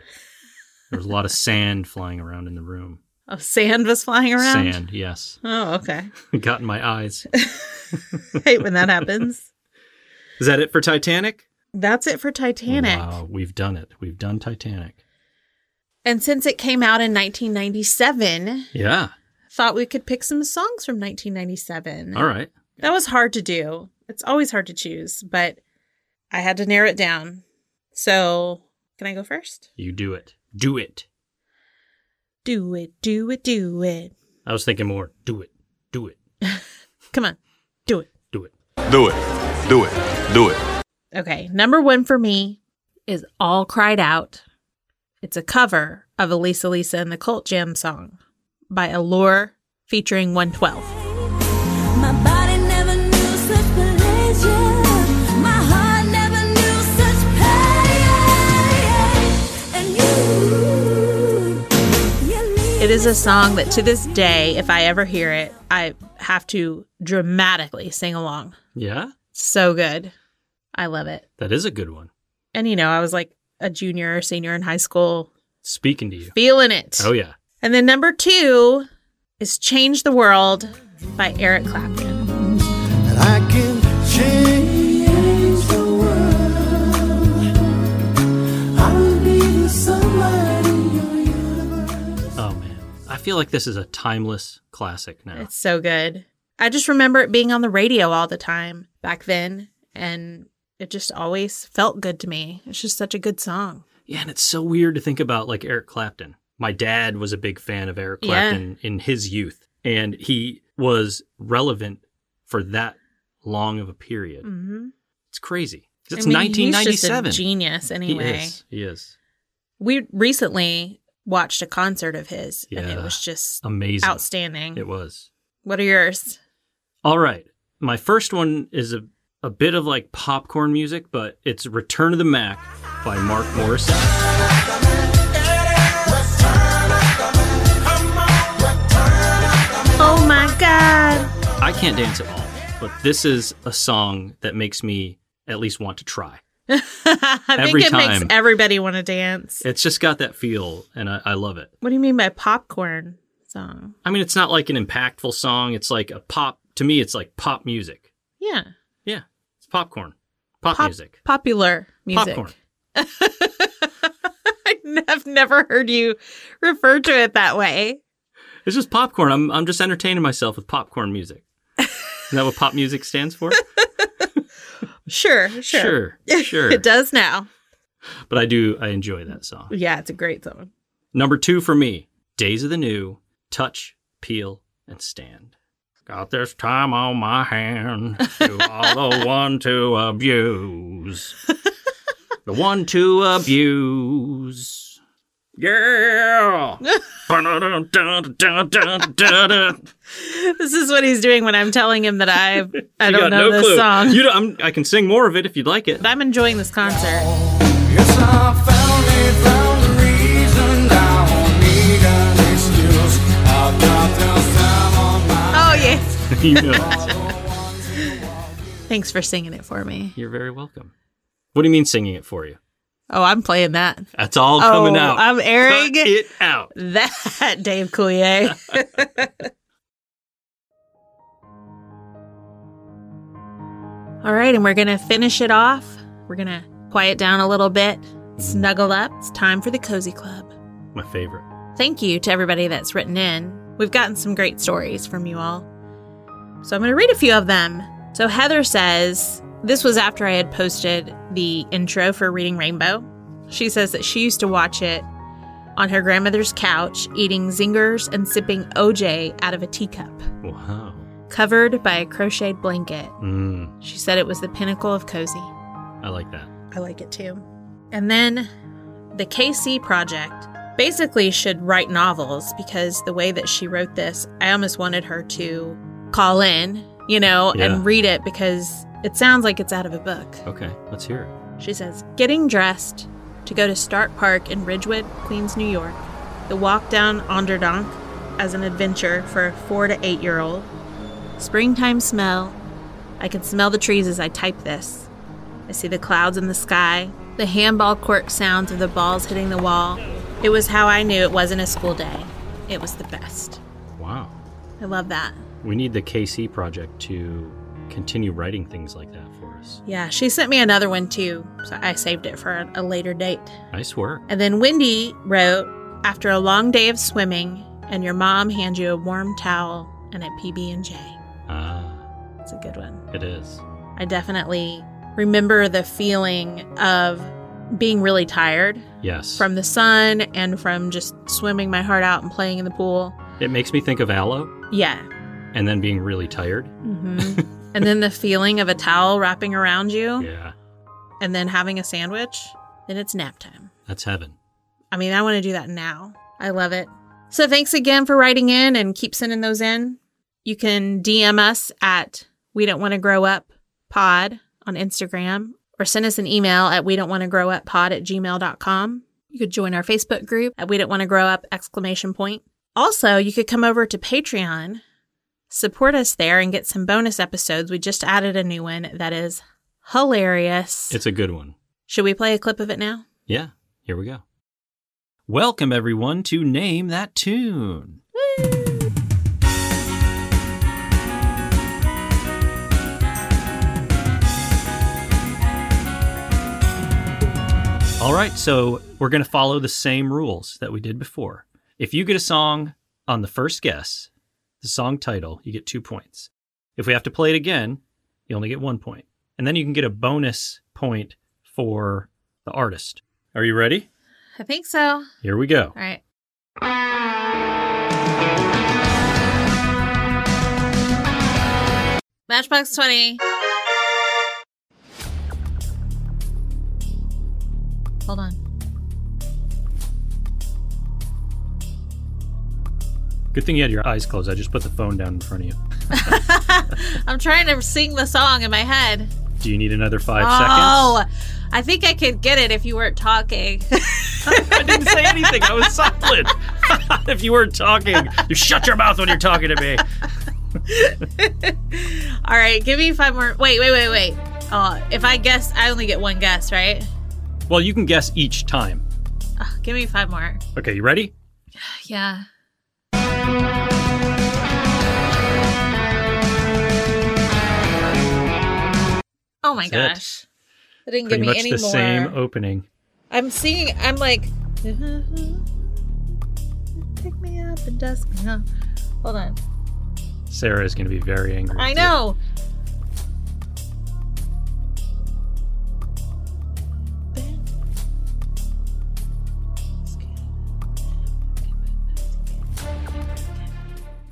S2: There was a lot of sand flying around in the room.
S1: Oh, sand was flying around.
S2: Sand, yes.
S1: Oh, okay.
S2: Got in my eyes.
S1: Hate when that happens.
S2: Is that it for Titanic?
S1: That's it for Titanic.
S2: Wow, we've done it. We've done Titanic.
S1: And since it came out in 1997,
S2: Yeah.
S1: thought we could pick some songs from 1997.
S2: All right.
S1: That was hard to do. It's always hard to choose, but I had to narrow it down. So, can I go first?
S2: You do it. Do it.
S1: Do it, do it, do it.
S2: I was thinking more. Do it. Do it.
S1: Come on, do it.
S2: Do it.
S9: Do it. Do it. Do it.
S1: Okay, number one for me is All Cried Out. It's a cover of Elisa Lisa and the Cult Jam song by Allure featuring 112.
S4: My body never knew such pleasure. My heart never knew such pain. And you, you leave
S1: It is a song that to this day, if I ever hear it, I have to dramatically sing along.
S2: Yeah.
S1: So good. I love it.
S2: That is a good one.
S1: And you know, I was like a junior or senior in high school,
S2: Speaking to you.
S1: feeling it.
S2: Oh, yeah.
S1: And then number two is Change the World by Eric Clapton.
S10: And I can change the world. I will be the sunlight in your universe.
S2: Oh, man. I feel like this is a timeless classic now.
S1: It's so good. I just remember it being on the radio all the time back then. And it just always felt good to me. It's just such a good song.
S2: Yeah, and it's so weird to think about like Eric Clapton. My dad was a big fan of Eric
S1: Yeah.
S2: Clapton in his youth, and he was relevant for that long of a period.
S1: Mm-hmm.
S2: It's crazy. 'Cause It's
S1: He's
S2: 1997.
S1: just a genius, anyway.
S2: He is. He is.
S1: We recently watched a concert of his, and it
S2: Yeah.
S1: was just
S2: Amazing.
S1: outstanding.
S2: It was.
S1: What are yours?
S2: All right. My first one is a, a bit of like popcorn music, but it's Return of the Mac by Mark Morrison.
S1: Oh my God.
S2: I can't dance at all, but this is a song that makes me at least want to try.
S1: I
S2: Every
S1: think it
S2: time.
S1: makes everybody want to dance.
S2: It's just got that feel, and I, I love it.
S1: What do you mean by popcorn song?
S2: I mean, it's not like an impactful song. It's like a pop. To me, it's like pop music.
S1: Yeah.
S2: Yeah, it's popcorn, pop,
S1: Pop-
S2: music,
S1: Popular music.
S2: popcorn.
S1: I've never heard you refer to it that way.
S2: It's just popcorn. I'm I'm just entertaining myself with popcorn music. Isn't that what pop music stands for?
S1: Sure, sure.
S2: sure. sure.
S1: It does now.
S2: But I do. I enjoy that song.
S1: Yeah, it's a great song.
S2: Number two for me: Days of the New, Touch, Peel, and Stand. Got this time on my hand. You are the one to abuse. The one to abuse. Yeah. Da-da-da-da-da-da-da.
S1: This is what he's doing when I'm telling him that I've, I
S2: You
S1: don't
S2: got
S1: know this song.
S2: You don't- I'm, I can sing more of it if you'd like it.
S1: But I'm enjoying this concert.
S10: Yes, I found it, found the reason. I won't need an excuse. I've got this time on my
S1: Oh, yeah.
S2: you know.
S1: Thanks for singing it for me.
S2: You're very welcome. What do you mean singing it for you?
S1: Oh, I'm playing that.
S2: That's all coming
S1: oh,
S2: out.
S1: I'm
S2: Cut
S1: airing
S2: it out.
S1: that, Dave Coulier. All right, and we're going to finish it off. We're going to quiet down a little bit, snuggle up. It's time for the Cozy Club.
S2: My favorite.
S1: Thank you to everybody that's written in. We've gotten some great stories from you all. So I'm going to read a few of them. So Heather says, this was after I had posted the intro for Reading Rainbow. She says that she used to watch it on her grandmother's couch, eating zingers and sipping OJ out of a teacup,
S2: Wow.
S1: covered by a crocheted blanket.
S2: Mm,
S1: She said it was the pinnacle of cozy.
S2: I like that.
S1: I like it too. And then the KC Project basically should write novels because the way that she wrote this, I almost wanted her to call in, you know,
S2: Yeah.
S1: and read it because it sounds like it's out of a book.
S2: Okay, let's hear it.
S1: She says, getting dressed to go to Stark Park in Ridgewood, Queens, New York. The walk down Onderdonk as an adventure for a four to eight year old. Springtime smell. I can smell the trees as I type this. I see the clouds in the sky, the handball court sounds of the balls hitting the wall. It was how I knew it wasn't a school day. It was the best.
S2: Wow.
S1: I love that.
S2: We need the KC project to continue writing things like that for us.
S1: Yeah, she sent me another one too, so I saved it for a- a later date.
S2: Nice work.
S1: And then Wendy wrote, "After a long day of swimming, and your mom hands you a warm towel and a PB and J."
S2: Ah,
S1: It's a good one.
S2: it is.
S1: I definitely remember the feeling of being really tired
S2: Yes.
S1: from the sun and from just swimming my heart out and playing in the pool.
S2: it makes me think of aloe
S1: Yeah.
S2: and then being really tired.
S1: hmm and then the feeling of a towel wrapping around you,
S2: Yeah.
S1: and then having a sandwich. Then it's nap time.
S2: That's heaven.
S1: I mean, I want to do that now. I love it. So thanks again for writing in and keep sending those in. You can DM us at We Don't Want to Grow Up Pod on Instagram or send us an email at We Don't Want to Grow Up Pod at gmail.com. You could join our Facebook group at We Don't Want to Grow Up exclamation point. Also, you could come over to Patreon, support us there, and get some bonus episodes. We just added a new one that is hilarious.
S2: It's a good one.
S1: Should we play a clip of it now?
S2: Yeah. Here we go. Welcome, everyone, to Name That Tune. All right, so we're going to follow the same rules that we did before. If you get a song on the first guess, the song title, you get two points. If we have to play it again, you only get one point. And then you can get a bonus point for the artist. Are you ready?
S1: I think so.
S2: Here we go.
S1: All right. Matchbox 20. Hold on.
S2: Good thing you had your eyes closed. I just put the phone down in front of you.
S1: I'm trying to sing the song in my head.
S2: Do you need another five
S1: oh, I think I could get it if you weren't talking.
S2: seconds? I didn't say anything. I was silent. if you weren't talking, you shut your mouth when you're talking to me.
S1: All right, give me five more. Wait, wait, wait, wait. Uh, if I guess, I only get one guess, right?
S2: Well, you can guess each time.
S1: Ugh, give me five more.
S2: Okay, you ready?
S1: Yeah. Oh my
S2: That's
S1: gosh. That didn't
S2: Pretty
S1: give
S2: much
S1: me any
S2: the
S1: more.
S2: same opening.
S1: I'm singing, I'm like, pick me up and dust me up. Hold on.
S2: Sarah is going to be very angry.
S1: I
S2: with
S1: know.
S2: you.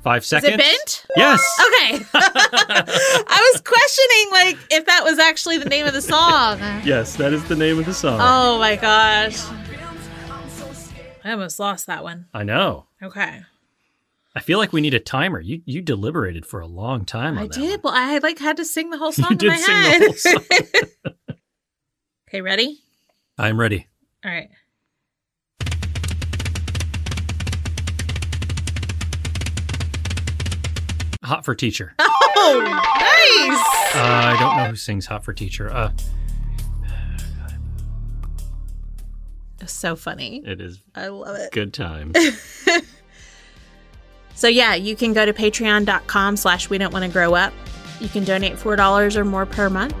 S2: Five
S1: Is
S2: seconds.
S1: it bent?
S2: Yes.
S1: Okay. I was questioning, like, if that was actually the name of the song.
S2: Yes, that is the name of the song.
S1: Oh my gosh. I almost lost that one.
S2: I know.
S1: Okay.
S2: I feel like we need a timer. You you deliberated for a long time on
S1: I
S2: that.
S1: did. Well,
S2: one.
S1: I like had to sing the whole song
S2: You
S1: in
S2: did
S1: my
S2: sing the
S1: head.
S2: whole song.
S1: okay, ready?
S2: I'm ready.
S1: All right.
S2: Hot for teacher.
S1: Oh, nice.
S2: Uh, I don't know who sings "Hot for Teacher." Uh,
S1: That's so funny.
S2: it is
S1: I love it.
S2: good time.
S1: So yeah, you can go to patreon.com slash we don't want to grow up. You can donate $4 or more per month,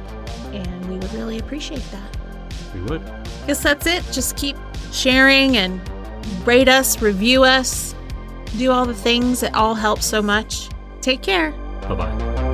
S1: and we would really appreciate that.
S2: we would.
S1: guess that's it. Just keep sharing and rate us, review us, do all the things. It all helps so much. Take care.
S2: Bye bye.